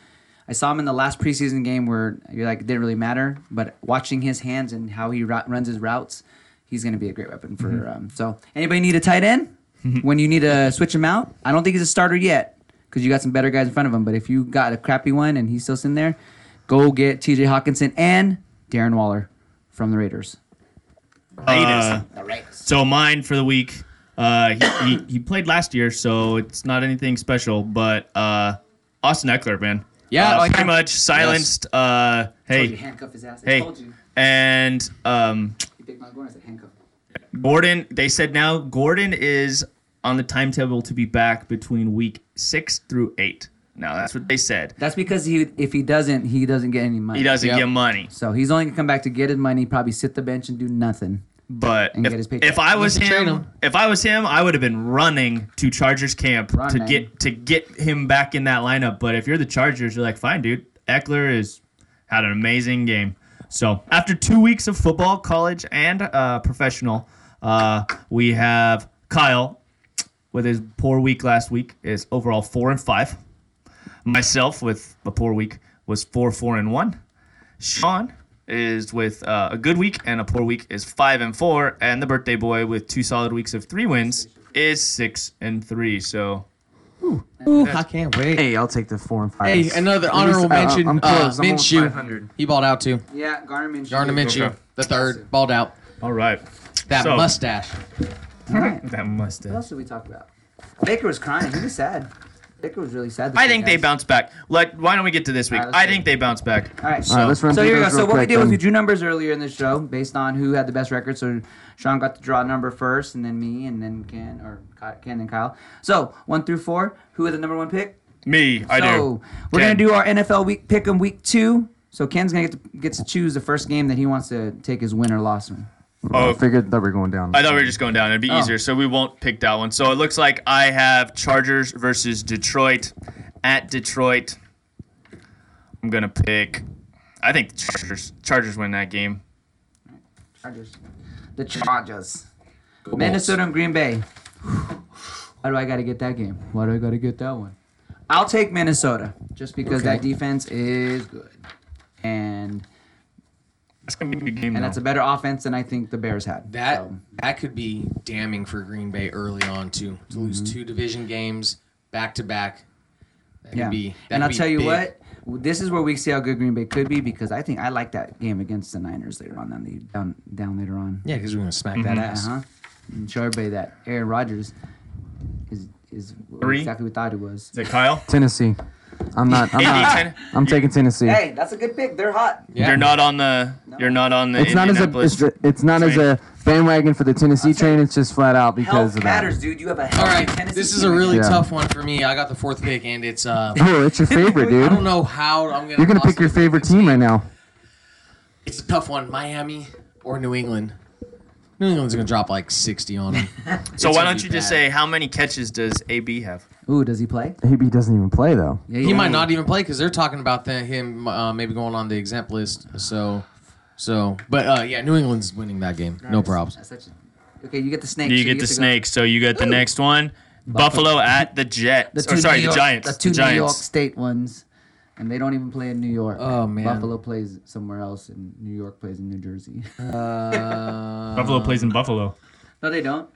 B: I saw him in the last preseason game where you're like it didn't really matter, but watching his hands and how he ru- runs his routes, he's going to be a great weapon for.
C: Mm-hmm.
B: Um, so anybody need a tight end when you need to switch him out? I don't think he's a starter yet because you got some better guys in front of him. But if you got a crappy one and he's still sitting there, go get T.J. Hawkinson and Darren Waller from the Raiders.
C: uh,
B: The Raiders.
C: So mine for the week. Uh, he, he, he played last year, so it's not anything special. But uh, Austin Eckler, man,
A: Yeah,
C: uh,
A: oh, yeah.
C: pretty much silenced. Uh,
B: Told you,
C: hey,
B: handcuff his ass. I
C: hey,
B: told you.
C: and um,
B: He picked my corner. I said handcuff.
C: Gordon. They said now Gordon is on the timetable to be back between week six through eight. No, that's what they said.
B: That's because he if he doesn't, he doesn't get any money.
C: He doesn't
A: Yep.
C: get money.
B: So he's only gonna come back to get his money, probably sit the bench and do nothing.
C: But
B: And
C: if,
B: get his paycheck.
C: if I was
A: can train
C: him,
A: him.
C: if I was him, I would have been running to Chargers camp to
B: Running.
C: get to get him back in that lineup. But if you're the Chargers, you're like, fine, dude. Eckler is had an amazing game. So after two weeks of football, college and uh, professional, uh, we have Kyle with his poor week last week is overall four and five. Myself with a poor week was four four and one. Sean is with uh, a good week and a poor week is five and four, and the birthday boy with two solid weeks of three wins is six and three. So
A: Ooh, I can't wait.
D: Hey, I'll take the four and five.
A: Hey, another
D: At least,
A: honorable
D: uh,
A: mention.
D: I'm
A: uh,
D: close. I'm almost
A: Minshew.
D: 500.
A: He balled out too.
B: Yeah, Garner Minshew.
A: Gardner Minshew,
C: Okay.
A: the third, balled out.
C: all right,
A: That
C: So-
A: mustache.
C: that
B: What
C: mustache.
B: else did we talk about? Baker was crying. He was sad. Baker was really sad. this
C: I
B: week,
C: think they
B: guys.
C: bounce back. Like, why don't we get to this week?
B: All right, let's
C: I
B: do it.
C: think they bounce back.
B: All right, so,
D: All right, let's run
B: so
D: through
B: here we go.
D: those
B: So
D: real
B: what we
D: quick,
B: did was
D: then.
B: we drew numbers earlier in the show based on who had the best record. So Sean got the draw number first, and then me, and then Ken or Ky- Ken and Kyle. So one through four, who had the number one pick?
C: Me, I
B: so
C: do.
B: we're
C: Ken.
B: gonna do our NFL week pick 'em week two. So Ken's gonna get to, gets to choose the first game that he wants to take his win or loss. In.
D: I
C: Oh,
D: figured that we're going down.
C: I thought we were just going down. It'd be
B: Oh.
C: easier, so we won't pick that one. So it looks like I have Chargers versus Detroit at Detroit. I'm gonna pick. I think the Chargers. Chargers win that game.
B: Chargers. The Chargers. Minnesota and Green Bay. Why do I got to get that game? Why do I got to get that one? I'll take Minnesota just because that defense is good. And
C: That's gonna be a good game.
B: and that's a
C: though.
B: better offense than I think the Bears had.
A: That
B: So,
A: that could be damning for Green Bay early on too. To lose two division games back to back. That
B: yeah.
A: could be that
B: and
A: could
B: I'll
A: be
B: tell you
A: big.
B: what, this is where we see how good Green Bay could be because I think I like that game against the Niners later on down the down, down later on.
A: Yeah, because we're gonna smack that ass.
B: Uh-huh. And show everybody that Aaron Rodgers is is
C: Three.
B: exactly what we thought he was.
C: Is it Kyle?
D: Tennessee. I'm not. I'm
C: Indy,
D: not.
C: Ten-
D: I'm taking Tennessee.
B: Hey, that's a good pick. They're hot.
A: Yeah.
C: You're not on the. You're not on the.
D: it's not as a.
C: Indianapolis
D: It's, it's not as
C: train.
D: a bandwagon for the Tennessee train. It's just flat out because
B: Health
D: of that.
B: matters, dude. You have a healthy
A: All right,
B: Tennessee
A: this is
B: team
A: a really
D: Yeah.
A: tough one for me. I got the fourth pick, and it's uh,
D: Bro, it's your favorite,
A: I
D: dude.
A: don't know how I'm gonna.
D: You're gonna pick
A: possibly
D: your favorite team right now.
A: It's a tough one. Miami or New England. New England's gonna drop like 60 on them.
C: So
A: It's
C: why
A: gonna
C: don't
A: be
C: you just
A: bad.
C: say how many catches does AB have?
B: Ooh, does he play?
D: AB doesn't even play though.
B: Yeah,
A: He might not even play because they're talking about the, him uh, maybe going on the exempt list. So, so, but uh, yeah, New England's winning that game. No problems.
B: That's such a- Okay, you get the snake.
C: You
B: so
C: get the
B: to go-
C: snake. So you got the next one. Buffalo at the Jets. Or
B: two
C: sorry,
B: New
C: the
B: York-
C: Giants.
B: The two
C: The
B: New York
C: Giants.
B: State ones, and they don't even play in New York.
A: Oh, man.
B: Buffalo plays somewhere else, and New York plays in New Jersey.
D: Uh,
A: Uh,
C: Buffalo plays in Buffalo.
B: no, they don't.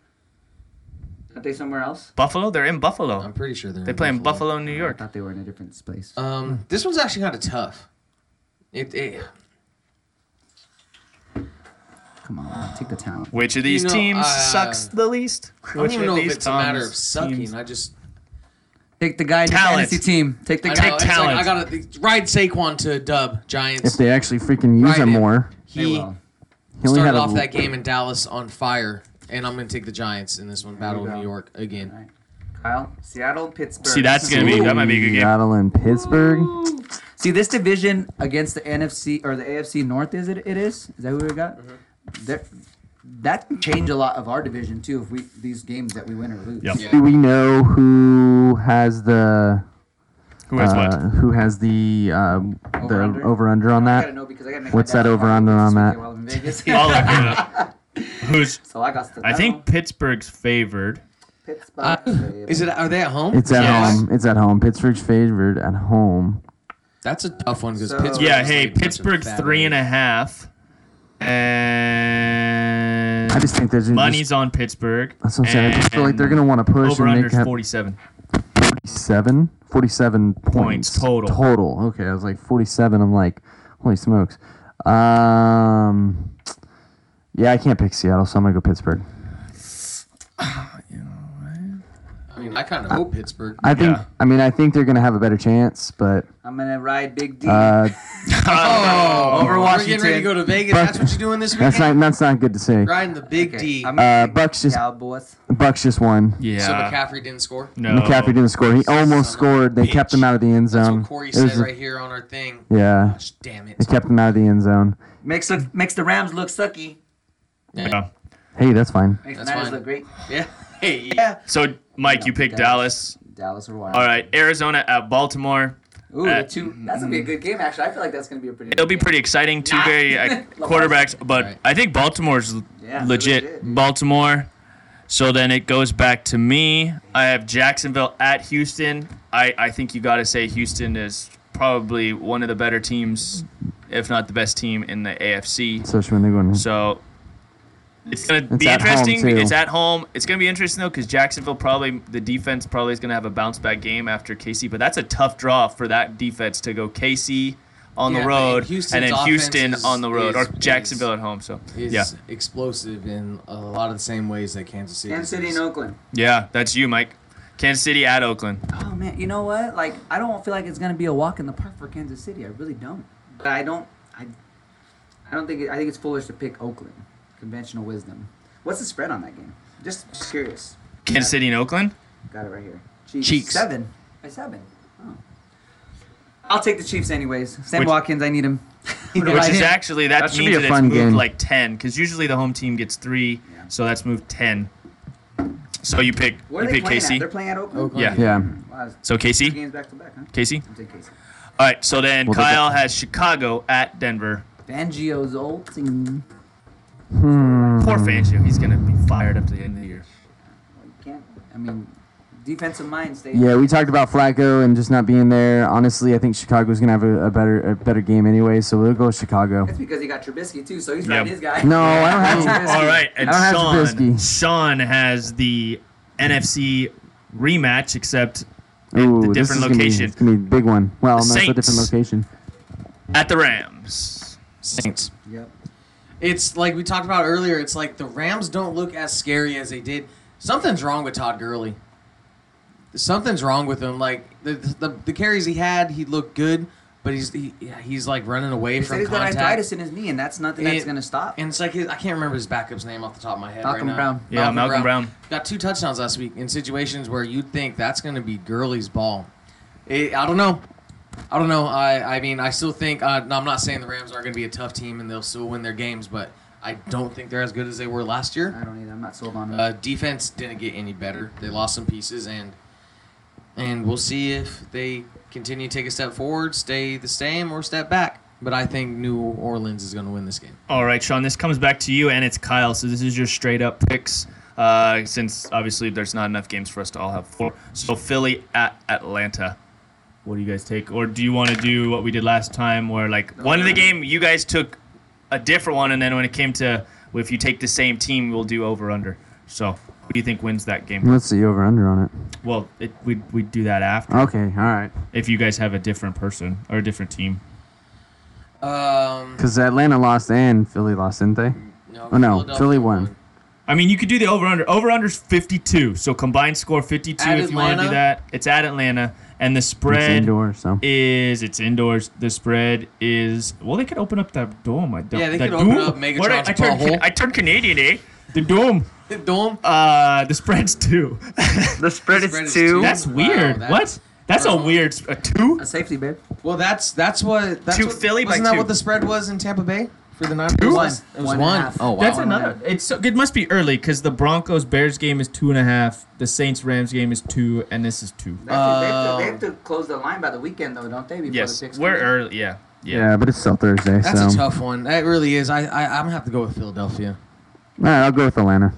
B: Aren't they somewhere else?
C: Buffalo. They're in
A: I'm
C: Buffalo.
A: pretty sure they're
C: They play in Buffalo, New York.
B: I thought they were in a different place.
A: Um, this one's actually kind of tough. It, it
B: Come on, take the talent.
C: Which of these
A: know,
C: teams
A: uh,
C: sucks the least?
A: I don't even know if it's a matter of sucking. I just
B: Take the guy in the
C: Talent.
B: fantasy team. Take the
A: I
B: guy.
A: know, it's
C: talent.
A: Like, I gotta ride Saquon to dub
D: If
A: Giants.
D: they actually freaking use
A: Right,
D: him
A: it-
D: more,
B: They
A: He
B: will.
D: he only had
A: started
D: a,
A: off that game in Dallas on fire, and I'm gonna take the Giants in this one. Battle of
B: go.
A: New York again.
B: Kyle, Seattle, Pittsburgh.
C: See, that's gonna be that might be a good game.
D: Seattle and Pittsburgh.
B: See this division against the NFC or the AFC North is it? It is. Is that who we got?
C: Mm-hmm.
B: That That can change a lot of our division too. If we these games that we win or lose.
C: Yep.
A: Yeah.
D: Do we know who has the
C: Who has
D: uh,
C: what?
D: who has the um, the
B: Over-under?
D: over under on
B: I gotta
D: that?
B: know because I gotta make
D: Uh, What's
B: my dad
D: that
B: laugh
D: over-under on
B: this
D: that?
B: weekend while I'm in Vegas.
C: I'll look it up. Who's?
B: so I got to
C: I
B: know.
C: think Pittsburgh's favored.
B: Pittsburgh.
A: Uh, is it? Are they at home?
D: It's at
C: Yes.
D: home. It's at home. Pittsburgh's favored at home.
A: That's a tough one because
B: So-
A: Pittsburgh.
C: Yeah.
A: is
C: Hey,
A: Oh, like a bunch of
C: Pittsburgh's
A: fat
C: three and a half. And
D: I just think there's
C: money's on Pittsburgh.
D: That's what I'm saying. I just feel like they're gonna want to push
C: over
D: and
C: under
D: make have
C: 47.
D: 47, 47 points,
C: total.
D: Total. Okay, I was like 47. I'm like, holy smokes. Um, yeah, I can't pick Seattle, so I'm gonna go Pittsburgh.
A: I mean, I kind of hope Pittsburgh.
D: I think.
C: Yeah.
D: I mean, I think they're gonna have a better chance, but
B: I'm gonna ride Big D.
D: uh,
A: oh,
D: over
A: We're getting ready to
D: Washington.
A: go to Vegas. That's what you're doing this weekend.
D: that's not that's not good to say.
A: Riding the big
B: Okay,
A: D.
B: I'm
D: Uh,
B: gonna pick
D: Bucks just
B: Cowboys.
D: Bucks just won.
C: Yeah.
A: So McCaffrey didn't score.
C: no.
D: McCaffrey didn't score. He almost
A: Son of a
D: scored. They kept
A: bitch.
D: him out of the end
A: That's
D: zone.
A: what Corey
D: Um, It was
A: said
D: a-
A: right here on our thing.
D: Yeah,
A: Gosh, damn it.
D: they kept him out of the end zone.
B: Makes look, makes the Rams look sucky.
C: Yeah.
D: Hey, that's fine.
B: Makes the
A: That's
B: Niners
A: fine.
B: look great.
A: Yeah. Hey, yeah.
C: So Mike, you picked Dallas.
B: Dallas or Wild.
C: All right, Arizona at Baltimore.
B: Ooh, the
C: Uh,
B: two. That's gonna be a good game. Actually, I feel like that's gonna be a pretty.
C: It'll
B: good
C: be
B: game.
C: pretty exciting. Two
B: Nah.
C: very uh, quarterbacks, but
A: Right.
C: I think Baltimore's l-
B: Yeah,
C: legit.
B: legit.
C: Baltimore. So then it goes back to me. I have Jacksonville at Houston. I, I think you got to say Houston is probably one of the better teams, if not the best team in the AFC.
D: Especially when they're going.
C: So it's gonna be
D: at home,
C: interesting.
D: too.
C: It's at home. It's gonna be interesting though because Jacksonville probably the defense probably is gonna have a bounce back game after KC, but that's a tough draw for that defense to go KC on
A: Yeah,
C: the
A: but
C: road
A: Houston's
C: and then Houston
A: offense is-
C: on the road or
A: is-
C: Jacksonville
A: is-
C: at home. So
A: Is
C: yeah,
A: explosive in a lot of the same ways that Kansas City.
B: Kansas City
A: is.
B: and Oakland.
C: yeah, that's you, Mike. Kansas City at Oakland.
B: Oh man, you know what? Like, I don't feel like it's gonna be a walk in the park for Kansas City. I really don't. But I don't. I. I don't think. It, I think it's foolish to pick Oakland. Conventional wisdom. What's the spread on that game? Just curious.
C: Kansas City and Oakland.
B: Got it right here. Chiefs.
C: Cheeks.
B: Seven. By seven. Oh. I'll take the Chiefs anyways. Sam
C: Which-
B: Watkins, I need him. Which
C: Which is actually that,
D: That should be
C: means
D: a
C: that it's
D: fun
C: moved
D: game.
C: like ten because usually the home team gets three,
B: Yeah.
C: so that's moved ten. So you pick
B: Where
C: you
B: are they
C: pick
B: playing at? They're
C: KC.
B: playing at Oakland.
A: Oakland.
C: Yeah.
D: Yeah.
B: Wow, it's
C: So
B: two
C: KC,
B: games back to back, huh?
C: KC.
B: I'm taking KC.
C: All right, so then
D: Well, they
C: Kyle has Chicago at Denver.
B: Fangio's old team.
D: Hmm.
C: Poor Fangio, he's gonna be fired up to the end of the year.
B: You can't. I mean, defensive mind stays.
D: Yeah, we talked about Flacco and just not being there. Honestly, I think Chicago's gonna have a, a better a better game anyway, so we'll go with Chicago.
B: That's because he got Trubisky too, so he's
C: Yeah.
B: riding his guy.
D: No, I don't have Trubisky.
C: All right, and
D: I don't have
C: Sean,
D: Trubisky.
C: Sean has the NFC rematch, except
D: Ooh,
C: the different
D: this is gonna be-
C: location.
D: It's gonna be a big one. Well,
C: The
D: no, it's a different
C: Saints.
D: location.
C: at the Rams.
A: Saints.
B: Yep.
A: It's like we talked about earlier. It's like the Rams don't look as scary as they did. Something's wrong with Todd Gurley. Something's wrong with him. Like the the, the carries he had, he looked good, but he's he, yeah, he's like running away
B: He said
A: from
B: he's got
A: contact.
B: arthritis in his knee, and that's nothing that's
A: It-
B: gonna stop.
A: And it's like his, I can't remember his backup's name off the top of my head.
B: Malcolm
A: right now.
B: Brown.
C: Yeah, Malcolm Brown.
A: got two touchdowns last week in situations where you'd think that's going to be Gurley's ball. It, I don't know. I don't know. I I mean, I still think. Uh, no, I'm not saying the Rams aren't going to be a tough team and they'll still win their games, but I don't think they're as good as they were last year.
B: I don't either. I'm not sold on him.
A: Uh, defense didn't get any better. They lost some pieces, and and we'll see if they continue to take a step forward, stay the same, or step back. But I think New Orleans is going to win this game.
C: All right, Sean, this comes back to you, and it's Kyle. So this is your straight up picks. Uh, since obviously there's not enough games for us to all have four. So Philly at Atlanta. What do you guys take? Or do you want to do what we did last time where like one of the game you guys took a different one and then when it came to well, if you take the same team we'll do over under. So who do you think wins that game?
D: Let's see over under on it.
C: Well, it, we we do that after
D: Okay, all right.
C: if you guys have a different person or a different team.
A: Um,
D: Because Atlanta lost and Philly lost, didn't they?
A: no,
D: Oh, no,
A: Philadelphia
D: Philly won.
C: I mean, you could do the over under. Over under's 52. So combined score 52
A: At
C: if you want to do
A: Atlanta?
C: that. It's at Atlanta. And the
D: It's
C: spread
D: indoor, so
C: is it's indoors. The spread is well, they could open up that dome. I don't,
A: Yeah, they
C: that
A: could open
C: dome.
A: up Megatron's
C: What, I, I turned,
A: butthole.
C: I turned Canadian, eh? The dome.
A: Dome.
C: Uh, the spread's two.
D: the spread
A: spread is two. two.
C: that's
A: Wow,
C: weird.
A: that's-
C: what? That's a
A: Wow.
C: weird sp- a two.
B: a safety, babe.
A: Well, that's that's what that's
C: Two
A: what,
C: Philly by
A: wasn't that
C: two.
A: what the spread was in Tampa Bay for the Niners?
C: Two?
A: It was
B: One.
A: It was
B: One
A: one.
B: and a half.
A: Oh wow.
C: That's
B: Wow.
C: another. It's so, it must be early because the Broncos Bears game is two and a half. The Saints Rams game is two, and this is two.
B: That's it. They have, to, they
A: Um,
B: have to close the line by the weekend, though, don't they? Before
C: uh, Yes,
B: the picks
C: we're
B: come in?
C: early. Yeah,
D: Yeah, but it's still Thursday,
A: That's
D: so
A: a tough one. That really is. I, I I'm gonna have to go with Philadelphia.
D: all right, I'll go with Atlanta.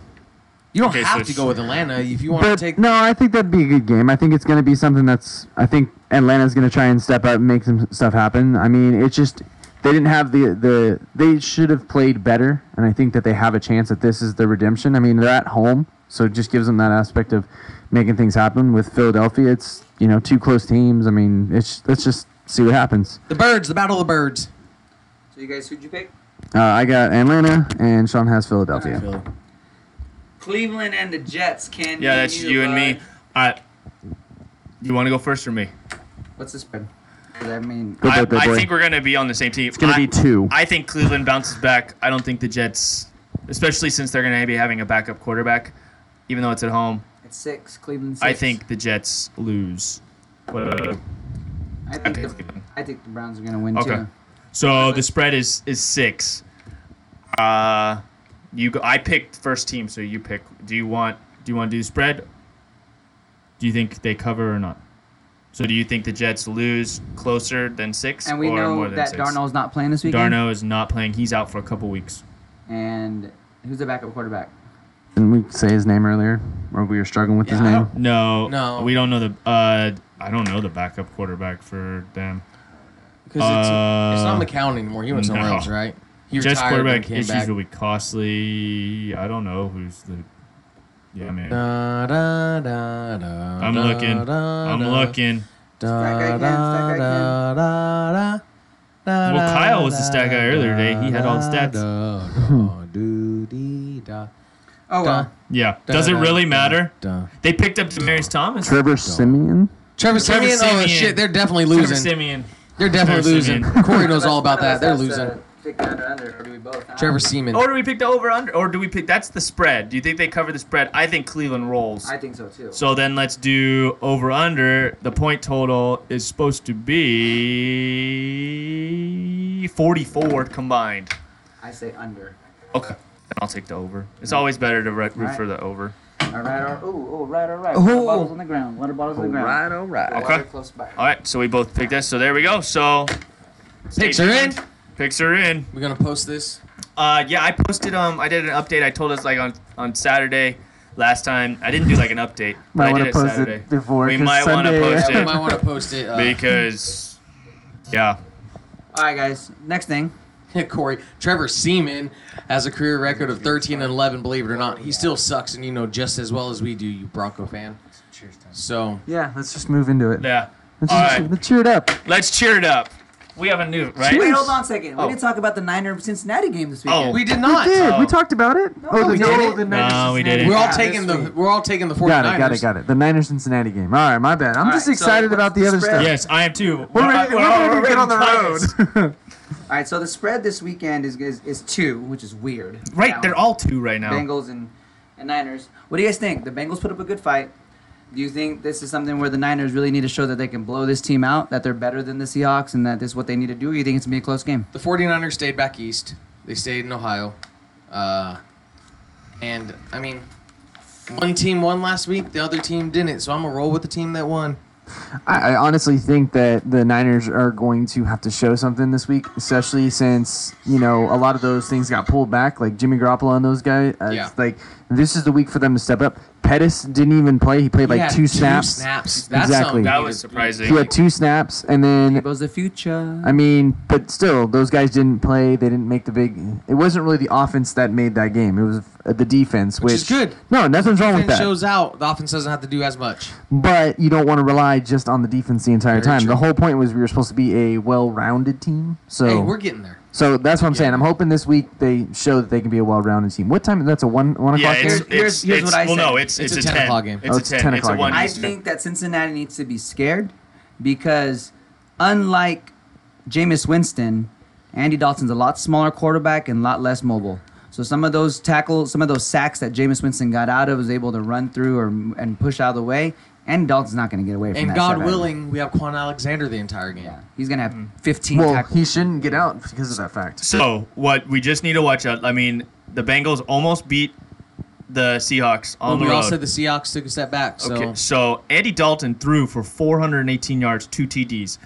A: You don't
C: Okay, so
A: have to
C: it's-
A: go with Atlanta if you want to
D: But
A: take.
D: no, I think that'd be a good game. I think it's going to be something that's. I think Atlanta's going to try and step up, and make some stuff happen. I mean, it's just they didn't have the the. They should have played better, and I think that they have a chance that this is the redemption. I mean, they're at home, so it just gives them that aspect of making things happen. With Philadelphia, it's you know two close teams. I mean, it's let's just see what happens.
A: The birds, the battle of the birds.
B: So you guys, who'd you pick?
D: Uh, I got Atlanta, and Sean has Philadelphia.
A: Philly.
B: Cleveland and the Jets. Can uh,
C: Yeah, that's you and me. All right, You want to go first or me?
B: What's the spread? I mean,
C: I,
E: Go, go, go,
C: I
E: boy.
C: think we're gonna be on the same team. It's
E: gonna
C: I,
E: be two.
C: I think Cleveland bounces back. I don't think the Jets, especially since they're gonna be having a backup quarterback, even though it's at home.
B: it's six. Cleveland.
C: I think the Jets lose. Whatever.
B: I
C: think the- Cleveland.
B: I think the Browns are gonna win
C: Okay. too. So the spread is is six. Uh, you go, I picked first team, so you pick. Do you want do you want to do spread? Do you think they cover or not? So do you think the Jets lose closer than six
B: And we
C: or more
B: know
C: than
B: that
C: six?
B: Darno's not playing this weekend.
C: Darno is not playing. He's out for a couple weeks.
B: And who's the backup quarterback?
D: Didn't we say his name earlier? Or we were struggling with his
A: Yeah, I
D: name?
C: No,
A: No.
C: we don't know the. Uh, I don't know the backup quarterback for them.
A: Because it's, it's not
C: Uh,
A: McCown anymore. He went somewhere
C: no.
A: else, right? He
C: Jets
A: retired and
C: quarterback
A: came
C: issues
A: back.
C: will be costly. I don't know who's the. Yeah, man.
A: Da, da, da, da,
C: I'm
A: da,
C: looking.
A: da,
C: I'm
A: da,
C: looking.
A: da,
B: Stack guy can,
A: da,
B: stack guy
A: da, da, da, da,
C: Well,
A: da,
C: Kyle was the
A: da,
C: stack guy earlier today. He had all the
A: da,
C: stats.
A: da, da, do, dee, da, da,
B: Oh well,
C: Yeah. Does it really
A: da,
C: matter?
A: da.
C: They picked up Demarius Thomas.
E: Trevor Simeon.
A: Trevor
C: Trevor
A: Simeon. Oh
C: Siemian.
A: shit, they're definitely
C: Trevor
A: losing.
C: Simeon.
A: They're definitely
C: Trevor
A: losing.
C: Siemian.
A: Corey knows all about that. They're
B: One of us has
A: losing.
B: to pick that or under, or do we both? Huh?
A: Trevor Seaman.
C: Or do we pick the over under? Or do we pick? That's the spread. Do you think they cover the spread? I think Cleveland rolls.
B: I think so too.
C: So then let's do over under. The point total is supposed to be 44 combined.
B: I say under.
C: Okay. Then I'll take the over. It's always better to root root for the over.
B: All right, all right. Ooh, oh, right, all right.
D: Oh.
B: Water bottles on the ground. Water bottles on the ground.
D: all right.
B: Water
C: Okay.
B: Close by.
C: All right, so we both picked this. So there we go. So
A: Picks are in.
C: picks are in.
A: We're gonna post this.
C: Uh, yeah, I posted. Um, I did an update. I told us like on on Saturday last time. I didn't do like an update.
D: Might
C: but I
D: wanna
C: did it
D: post it
C: Saturday.
D: before,
C: We
D: 'cause
C: might want to
D: Sunday-
C: post
A: Yeah, we might
C: it
A: want to post it. Uh,
C: because, yeah.
B: All right, guys. Next thing.
A: Corey, Trevor Seaman has a career record of 13 and 11. Believe it or not, he still sucks, and you know just as well as we do, you Bronco fan. So
D: Yeah, let's just move into it.
C: Yeah.
D: Let's,
C: All
D: just,
C: right.
D: let's cheer it up.
C: Let's cheer it up. We have a new right.
B: Wait, hold on a second.
C: Oh.
B: We didn't talk about the Niner Cincinnati game this
C: Oh.
B: weekend.
A: we did
D: We
A: not.
D: did.
C: Oh.
D: We talked about it. No,
A: we didn't.
C: No, we didn't.
A: We're all
B: Yeah,
A: taking
B: this
A: the
B: week.
A: we're all taking the 49ers.
D: Got it, got it, got it. The Niners Cincinnati game. All right, my bad. I'm
B: All
D: just
B: right, so
D: excited about the
B: what's
D: other
B: the
D: stuff.
B: spread?
C: Yes, I am too.
D: We're ready, we're ready to get on the road.
C: Oh.
B: All right, so the spread this weekend is is, is two, which is weird.
C: Right,
B: Now,
C: they're all two right now.
B: Bengals and, and Niners. What do you guys think? The Bengals put up a good fight. Do you think this is something where the Niners really need to show that they can blow this team out, that they're better than the Seahawks, and that this is what they need to do? Or you think it's gonna be a close game?
A: The 49ers stayed back east. They stayed in Ohio. Uh, and I mean, one team won last week. The other team didn't. So I'm gonna roll with the team that won.
D: I, I honestly think that the Niners are going to have to show something this week, especially since you know a lot of those things got pulled back, like Jimmy Garoppolo and those guys. Uh,
A: Yeah.
D: Like this is the week for them to step up. Pettis didn't even play. He played
A: He
D: like
A: had
D: two snaps.
A: snaps. That's
D: Exactly.
A: something
C: That
A: we
C: was
A: did.
C: surprising.
D: He had two snaps, and then
B: Debo's the future.
D: I mean, but still, those guys didn't play. They didn't make the big. It wasn't really the offense that made that game. It was uh, the defense, which,
A: Which is good.
D: No, nothing's wrong with
A: Defense
D: that.
A: shows out. The offense doesn't have to do as much.
D: but you don't want to rely just on the defense the entire
A: Very
D: time.
A: true.
D: The whole point was we were supposed to be a well-rounded team. So,
A: Hey, we're getting there.
D: so that's what I'm saying. I'm hoping this week they show that they can be a well-rounded team. What time? That's a one one
C: Yeah,
D: o'clock
C: it's,
D: game.
C: it's,
B: Here's- here's
C: it's-
B: what I
C: well, no,
B: said.
C: it's
A: It's
C: it's,
A: a
C: a
A: 10
C: ten
A: o'clock game.
C: It's
D: Oh,
C: a
D: it's
C: ten.
D: 10
C: it's a
D: o'clock
C: one.
D: game.
B: I
C: Eastern.
B: think that Cincinnati needs to be scared because, unlike Jameis Winston, Andy Dalton's a lot smaller quarterback and a lot less mobile. So some of those tackle, some of those sacks that Jameis Winston got out of was able to run through or and push out of the way. Andy Dalton's not going to get away from
A: And
B: that.
A: God
B: shot right
A: willing, we have Quan Alexander the entire game.
B: away. Yeah, he's going to have 15
D: well,
B: tackles.
D: he shouldn't get out because of that fact.
C: So Oh, what we just need to watch out. I mean, the Bengals almost beat the Seahawks on
A: But we
C: the road.
A: all said the Seahawks took a step back. So
C: Okay, so Andy Dalton threw for 418 yards, two TDs.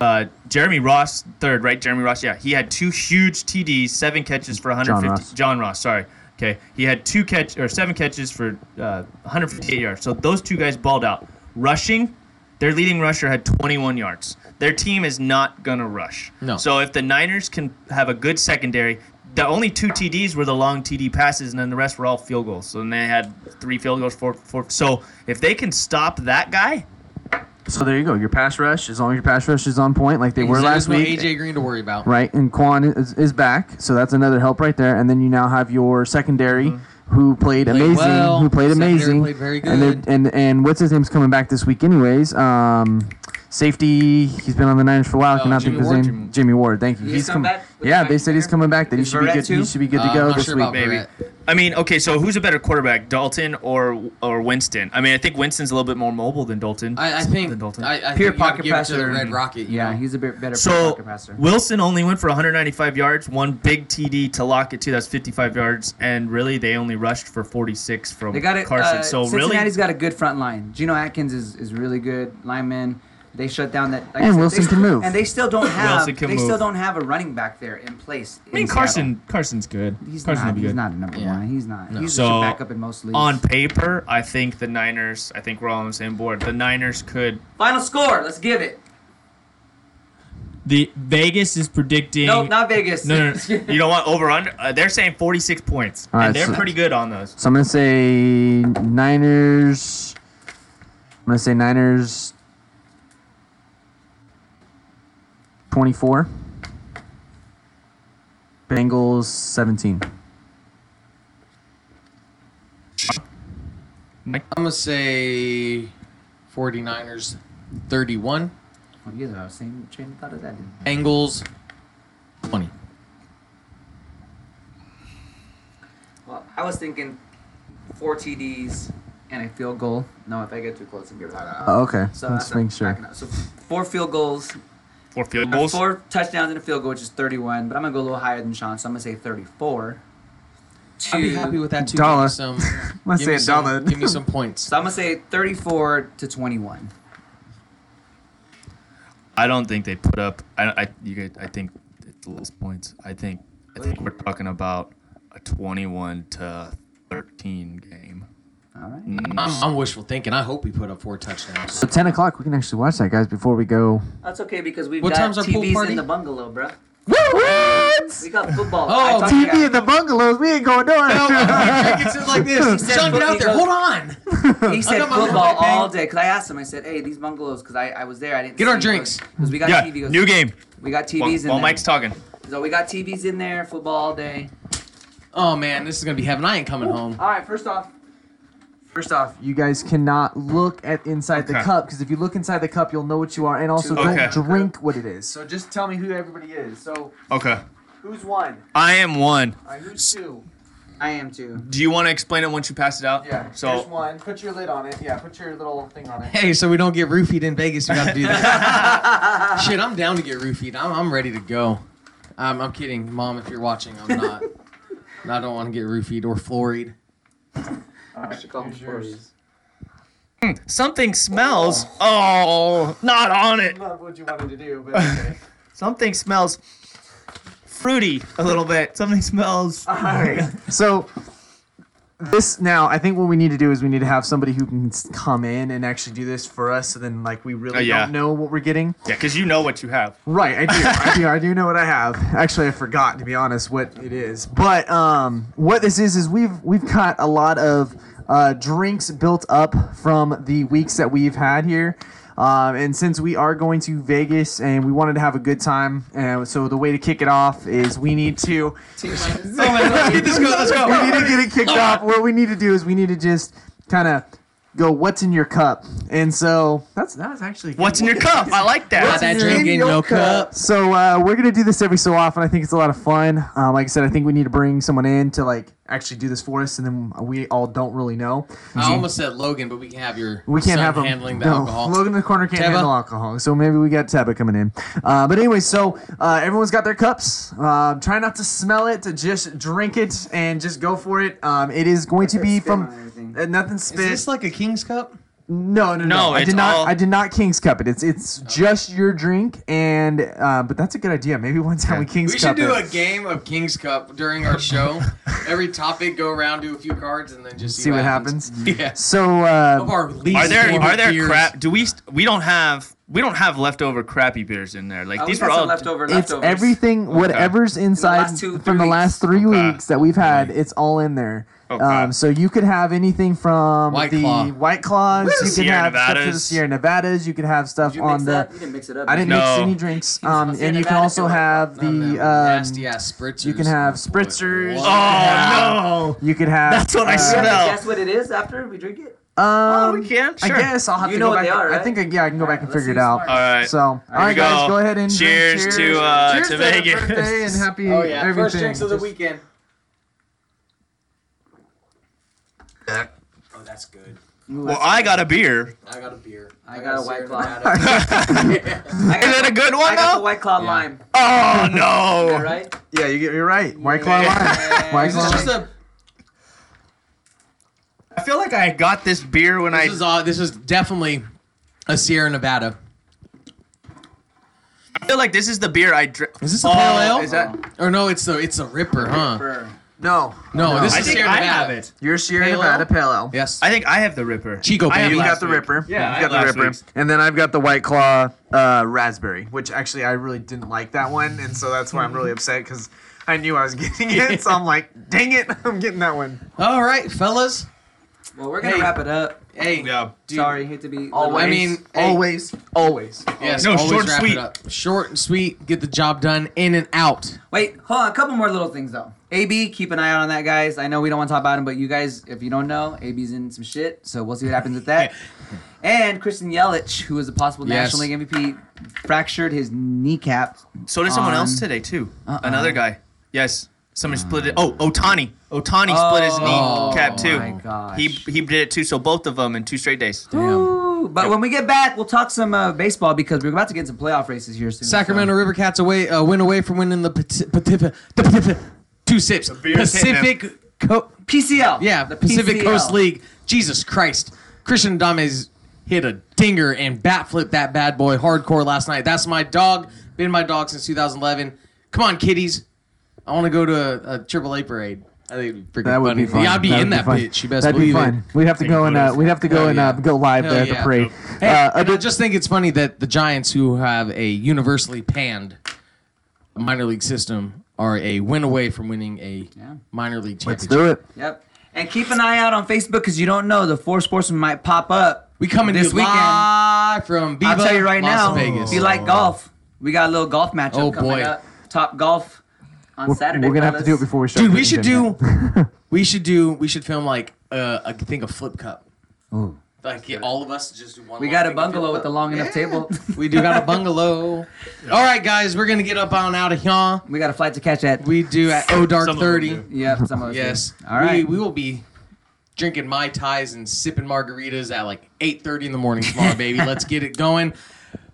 C: Uh, Jeremy Ross, third, right? Jeremy Ross, yeah. He had two huge TDs, seven catches for 150.
D: John Ross.
C: John Ross, sorry. Okay, he had two catch or seven catches for uh, 158 yards. So those two guys balled out. Rushing, their leading rusher had 21 yards. Their team is not gonna rush.
A: No.
C: So if the Niners can have a good secondary, the only two TDs were the long TD passes, and then the rest were all field goals. So then they had three field goals, four, four. So if they can stop that guy,
D: So there you go. Your pass rush, as long as your pass rush is on point, like they were
A: There's
D: last
A: no
D: week.
A: AJ Green to worry about.
D: right? And Quan is, is back, so that's another help right there. And then you now have your secondary who played, amazing,
A: Mm-hmm. well.
D: who played
A: Secondary
D: amazing,
A: played very
D: and they're-
A: good.
D: and and what's his name's coming back this week, anyways. Um, safety, he's been on the Niners for a while. I
A: Oh,
D: cannot
A: Jimmy
D: think of
A: Ward,
D: his name.
A: Jimmy-
D: Jimmy, Ward. Thank you.
B: He's
D: he's
B: come
D: coming.
B: back with
D: Yeah,
B: the
D: they said he's
B: back
D: coming back. That he
B: Is
D: should be
B: Verrett
D: good.
B: too?
D: He should be good to
A: Uh, I'm
D: go
A: not
D: this
A: sure
D: week.
A: about
C: Maybe.
A: Verrett.
C: I mean, okay, so who's a better quarterback, Dalton or or Winston? I mean, I think Winston's a little bit more mobile than Dalton.
A: I, I
C: than
A: think
C: Dalton.
A: I, I
B: Pure
A: think you have
B: pocket
A: to give it to the
B: passer.
A: Red Rocket. you
B: Yeah,
A: know?
B: he's a bit better
C: so
B: pocket passer.
C: Wilson only went for 195 yards, one big TD to Lockett too. That's 55 yards, and really they only rushed for 46 from
B: They got it.
C: Carson.
B: uh,
C: so really,
B: Cincinnati's got a good front line. Geno Atkins is, is really good lineman. They shut down that. like I
D: And
B: said,
D: Wilson
B: they-
D: can move.
B: And they still don't have.
C: Wilson
B: They
C: can
B: still
C: move.
B: don't have a running back there in place.
C: I mean
B: in
C: Carson Carson's good.
B: Seattle. He's
C: Carson
B: not.
C: will be
B: He's
C: good.
B: not a number
A: Yeah.
B: one. He's not. He's
C: So,
B: just a backup in most leagues.
C: On paper, I think the Niners. I think we're all on the same board. The Niners could.
B: final score. Let's give it.
C: The Vegas is predicting.
B: No, not Vegas.
C: No, no, no. you don't want over under. Uh, they're saying 46 points,
D: All right,
C: and they're
D: so-
C: pretty good on those.
D: So I'm gonna say Niners. I'm gonna say Niners. Twenty-four. Bengals seventeen.
A: I'm gonna say 49ers 31,
B: Well, you guys are the same train of thought as I did.
A: Bengals 20.
B: Well, I was thinking four TDs and a field goal. No, if I get too close, I'm gonna get it out.
D: Oh, okay.
B: So
D: Let's
B: that's a-
D: make sure.
B: backing up. So four field goals,
C: Four field
B: Or
C: goals.
B: Four touchdowns and a field goal, which is 31. But I'm gonna go a little higher than Sean, so I'm gonna say 34.
A: I'd be
B: To-
A: happy with that too.
D: Dollar.
A: Give me some,
D: Let's
A: give
D: say
A: me
D: a
A: some-
D: dollar.
A: Give me some points.
B: So I'm gonna say 34 to 21.
C: I don't think they put up. I, I you guys, I think it's less points. I think I think we're talking about a 21 to 13 game.
B: All right.
C: Mm.
A: I'm, I'm wishful thinking. I hope we put up four touchdowns.
D: So ten o'clock. We can actually watch that, guys. Before we go.
B: That's okay because we've
A: What
B: got
A: time's our pool
B: TVs
A: party?
B: in the bungalow, bro.
D: What?
B: We got football.
A: Oh,
B: I talked to
D: TV in the bungalows. We ain't going nowhere.
A: like this.
B: said
A: Sean, get out
B: boogie
A: there.
B: goes-
A: Hold on.
B: you. He said
A: got my
B: football
A: football thing.
B: all day because I asked him. I said, "Hey, these bungalows," because I, I was there. I didn't
A: Get our drinks.
B: because we got
C: Yeah,
B: TVs.
C: new game.
B: We got TVs
C: While,
B: in
C: while
B: there.
C: Mike's talking,
B: So we got TVs in there. Football all day.
A: Oh man, this is gonna be heaven. I ain't coming home.
B: All right. First off,
D: First off, you guys cannot look at inside the
C: Okay.
D: cup because if you look inside the cup, you'll know what you are, and also
C: Okay.
D: don't drink what it is. So just tell me who everybody is. So
C: okay.
D: who's one?
C: I am one.
D: All right, who's two?
B: I am too.
C: Do you want to explain it once you pass it out?
D: Yeah.
C: So
D: So there's one. Put your lid on it. Yeah. Put your little thing on it.
A: Hey, so we don't get roofied in Vegas. We gotta do that. Shit, I'm down to get roofied. I'm, I'm ready to go. I'm, I'm kidding, Mom. If you're watching, I'm not. I don't want to get roofied or floored.
D: All right,
B: Here's
D: here's yours.
B: yours.
C: something smells. Oh, not on it.
D: Not what you wanted to do, but okay.
C: Something smells fruity a little bit. Something smells.
D: All right. So this now, I think what we need to do is we need to have somebody who can s- come in and actually do this for us. So then, like, we really
C: Uh, yeah.
D: don't know what we're getting.
C: Yeah, because you know what you have.
D: Right, I do. I do. I do know what I have. Actually, I forgot to be honest what it is. But um, what this is is we've we've got a lot of uh, drinks built up from the weeks that we've had here. Um, and since we are going to Vegas and we wanted to have a good time, and so the way to kick it off is we need to
C: Let's go. Let's go.
D: we need to get it kicked off. What we need to do is we need to just kind of go, "What's in your cup?" And so that's that's actually
C: What's in your cup? I like
A: Got
C: that.
A: that drink in your cup.
D: So uh, we're gonna do this every so often. I think it's a lot of fun. Uh, like I said, I think we need to bring someone in to like actually do this for us, and then we all don't really know.
A: I almost said Logan, but we can have your
D: We
A: son
D: can't have a,
A: handling the
D: no,
A: alcohol.
D: Logan in the corner can't
A: Teba?
D: handle alcohol, so maybe we got Teba coming in. Uh, but anyway, so uh, everyone's got their cups. Uh, try not to smell it, to just drink it, and just go for it. Um, it is going to be
B: Spit
D: from
B: on everything.
D: uh, nothing
A: Is
D: spit.
A: this like a King's Cup?
D: No, no, no.
C: No,
D: I
C: it's
D: did not.
C: all-
D: I did not King's Cup it. It's it's just your drink, and uh, but that's a good idea. Maybe one time we King's
A: we should
D: Cup
A: do a
D: it.
A: game of King's Cup during our show. Every topic, go around, do a few cards, and then just see,
D: See what happens.
A: Yeah.
D: So
A: Of
D: uh,
A: our least
C: Are there
A: favorite
C: are there
A: beers.
C: crap? Do we st- we don't have we don't have leftover crappy beers in there. Like
B: Uh, we
C: these
B: got
C: were
B: some
C: all
B: leftover
D: It's
B: leftovers.
D: everything, whatever's inside
B: last two,
D: from the
B: three
D: last three
C: Okay.
D: weeks that we've had. It's all in there.
C: Okay.
D: Um, so you could have anything from
A: White
D: the
A: Claw.
D: White Claws. You could
C: Sierra
D: have stuff to the
C: Nevadas.
D: Sierra Nevadas. You could have stuff
B: Did you mix
D: on the.
B: that? You didn't mix it up.
D: I didn't
B: did
D: mix
C: No.
D: any drinks.
B: on
D: Um,
B: Sierra
D: and you can
B: Nevada,
D: also
B: feel like
D: have the
A: None of
D: um,
A: them uh, nasty ass spritzers.
D: you can have
A: Boy,
D: spritzers.
A: what?
C: Oh no!
D: You could have. uh,
C: That's what I
B: That's
C: smell.
B: what it is after we drink it?
C: Oh,
D: Um,
C: we can. Sure.
D: I guess I'll have
B: You
D: to
B: know
D: go
B: what
D: back.
B: they are,
D: I
B: right?
D: think I, yeah, I can go back and
B: Let's
D: figure it
B: see
D: out.
B: smart.
C: All right.
D: So, all right,
C: go.
D: guys, go ahead and drink.
C: Cheers
D: cheers
C: to, uh,
D: cheers
C: to
D: the
C: Vegas.
D: birthday and happy
A: Oh yeah,
D: everything.
A: first drinks of the
D: Just-
A: weekend. Oh, that's good.
C: Well, I got a beer.
A: I got a beer.
B: I got a White Claw.
A: Claw.
B: I
C: Is
B: got,
C: it a good
B: I
C: one
B: got the
C: though?
B: White Claw
A: Yeah.
B: lime.
C: Oh no!
B: Right?
D: Yeah, you get, you're right. White Claw
C: Yeah.
D: Lime. White
A: This
D: Claw
A: is just
D: Lime.
A: a.
C: I feel like I got this beer when I.
A: This is all. This is definitely a Sierra Nevada.
C: I feel like this is the beer I drink.
A: Is this a pale ale?
D: Is that
A: Or no, it's a it's a Ripper, huh?
D: no?
A: No, this
C: I
A: is
C: think
A: Sierra
C: I
A: Nevada.
C: have it.
D: You're Sierra
A: Pale
D: Nevada
A: ale?
D: Pale Ale.
A: Yes.
C: I think I have the Ripper.
A: Chico
C: I have
A: baby.
D: You
A: Last
D: got the Ripper.
C: Yeah, I
D: you
C: had
D: got the
C: last
D: Ripper,
C: week's.
D: and then I've got the White Claw uh, Raspberry, which actually I really didn't like that one, and so that's why I'm really upset because I knew I was getting it, so I'm like, dang it, I'm getting that one.
A: All right, fellas.
B: Well, we're going to
A: Hey.
B: wrap it up.
A: Hey.
C: Yeah.
A: dude. Oh,
B: Sorry, hate to be.
A: I mean, hey.
D: always, always.
A: Yes.
C: No,
A: always
C: short and
A: wrap it
C: sweet.
A: up. Short and sweet. Get the job done. In and out.
B: Wait, hold on. A couple more little things though. AB, keep an eye out on that, guys. I know we don't want to talk about him, but you guys, if you don't know, AB's in some shit, so we'll see what happens with that. And Kristen Yelich, who is a possible
A: Yes.
B: National League MVP, fractured his kneecap.
C: So did someone
B: on-
C: else today too.
B: Uh-uh. Uh.
C: Another guy. Yes. Somebody split it. Oh, Otani. Otani split his
B: Oh,
C: knee cap too.
B: my gosh.
C: He he did it too. So both of them in two straight days.
B: Ooh, but when we get back, we'll talk some uh, baseball because we're about to get some playoff races here soon.
A: Sacramento River Cats away uh, win away from winning the Pacific. the Pacific two sips.
C: beer's
A: Pacific. Co-
B: so. PCL.
A: yeah,
B: the
A: Pacific
B: PCL.
A: Coast League. Jesus Christ. Christian Dames hit a dinger and bat flipped that bad boy hardcore last night. That's my dog. Been my dog since 2011. Come on, kiddies. I want to go to a, a AAA parade. I think it'd be freaking
D: That would
A: funny.
D: be fun.
A: Yeah, I'd be
D: That would
A: in that
D: fun.
A: bitch. You best
D: That'd be
A: believe
D: fun.
A: it.
D: We'd have to go and uh,
C: photos.
D: we'd have to go
A: Hell
D: and
A: yeah.
D: uh, go live
A: Hell
D: there at the
A: yeah.
D: parade.
A: Hey, and
D: uh,
A: I
D: other-
A: just think it's funny that the Giants, who have a universally panned minor league system, are a win away from winning a
B: Yeah.
A: minor league championship.
D: let's do it.
B: Yep. And keep an eye out on Facebook because you don't know the four sportsmen might pop up.
A: We coming
B: This
A: this
B: weekend.
A: weekend live from Viva
B: I'll tell you right
A: Las
B: now,
A: Vegas.
B: if you like golf, we got a little golf matchup
A: Oh,
B: coming
A: boy.
B: up. Top golf on
D: We're,
B: Saturday.
D: we're gonna have to do it
B: fellas.
D: before we start.
A: dude, we
D: putting
A: should
D: dinner.
A: do. we should do. We should film like uh, a thing of flip cup. Like get all of us to just do one.
B: We
A: long
B: got a
A: thing of flip
B: bungalow with a
A: cup.
B: long enough table.
A: We do got a bungalow. All right, guys, we're gonna get up on out of here.
B: we got a flight to catch at.
A: We do at O Dark
C: Some of them
A: Thirty.
C: do.
B: Yep. Some of us
A: Yes.
B: do. All right.
A: We, we will be drinking mai tais and sipping margaritas at like 8:30 in the morning tomorrow, baby. Let's get it going.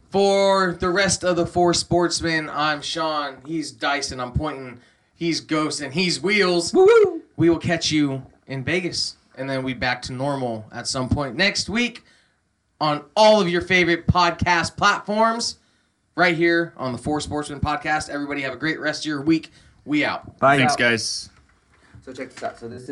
A: For the rest of the four sportsmen, I'm Sean. He's Dyson. I'm pointing. He's Ghost and he's Wheels.
B: Woo-hoo.
A: We will catch you in Vegas, and then we back to normal at some point next week on all of your favorite podcast platforms. Right here on the Four Sportsmen podcast. Everybody have a great rest of your week. We out.
D: Bye.
C: Thanks, guys.
B: So check this out. So this is.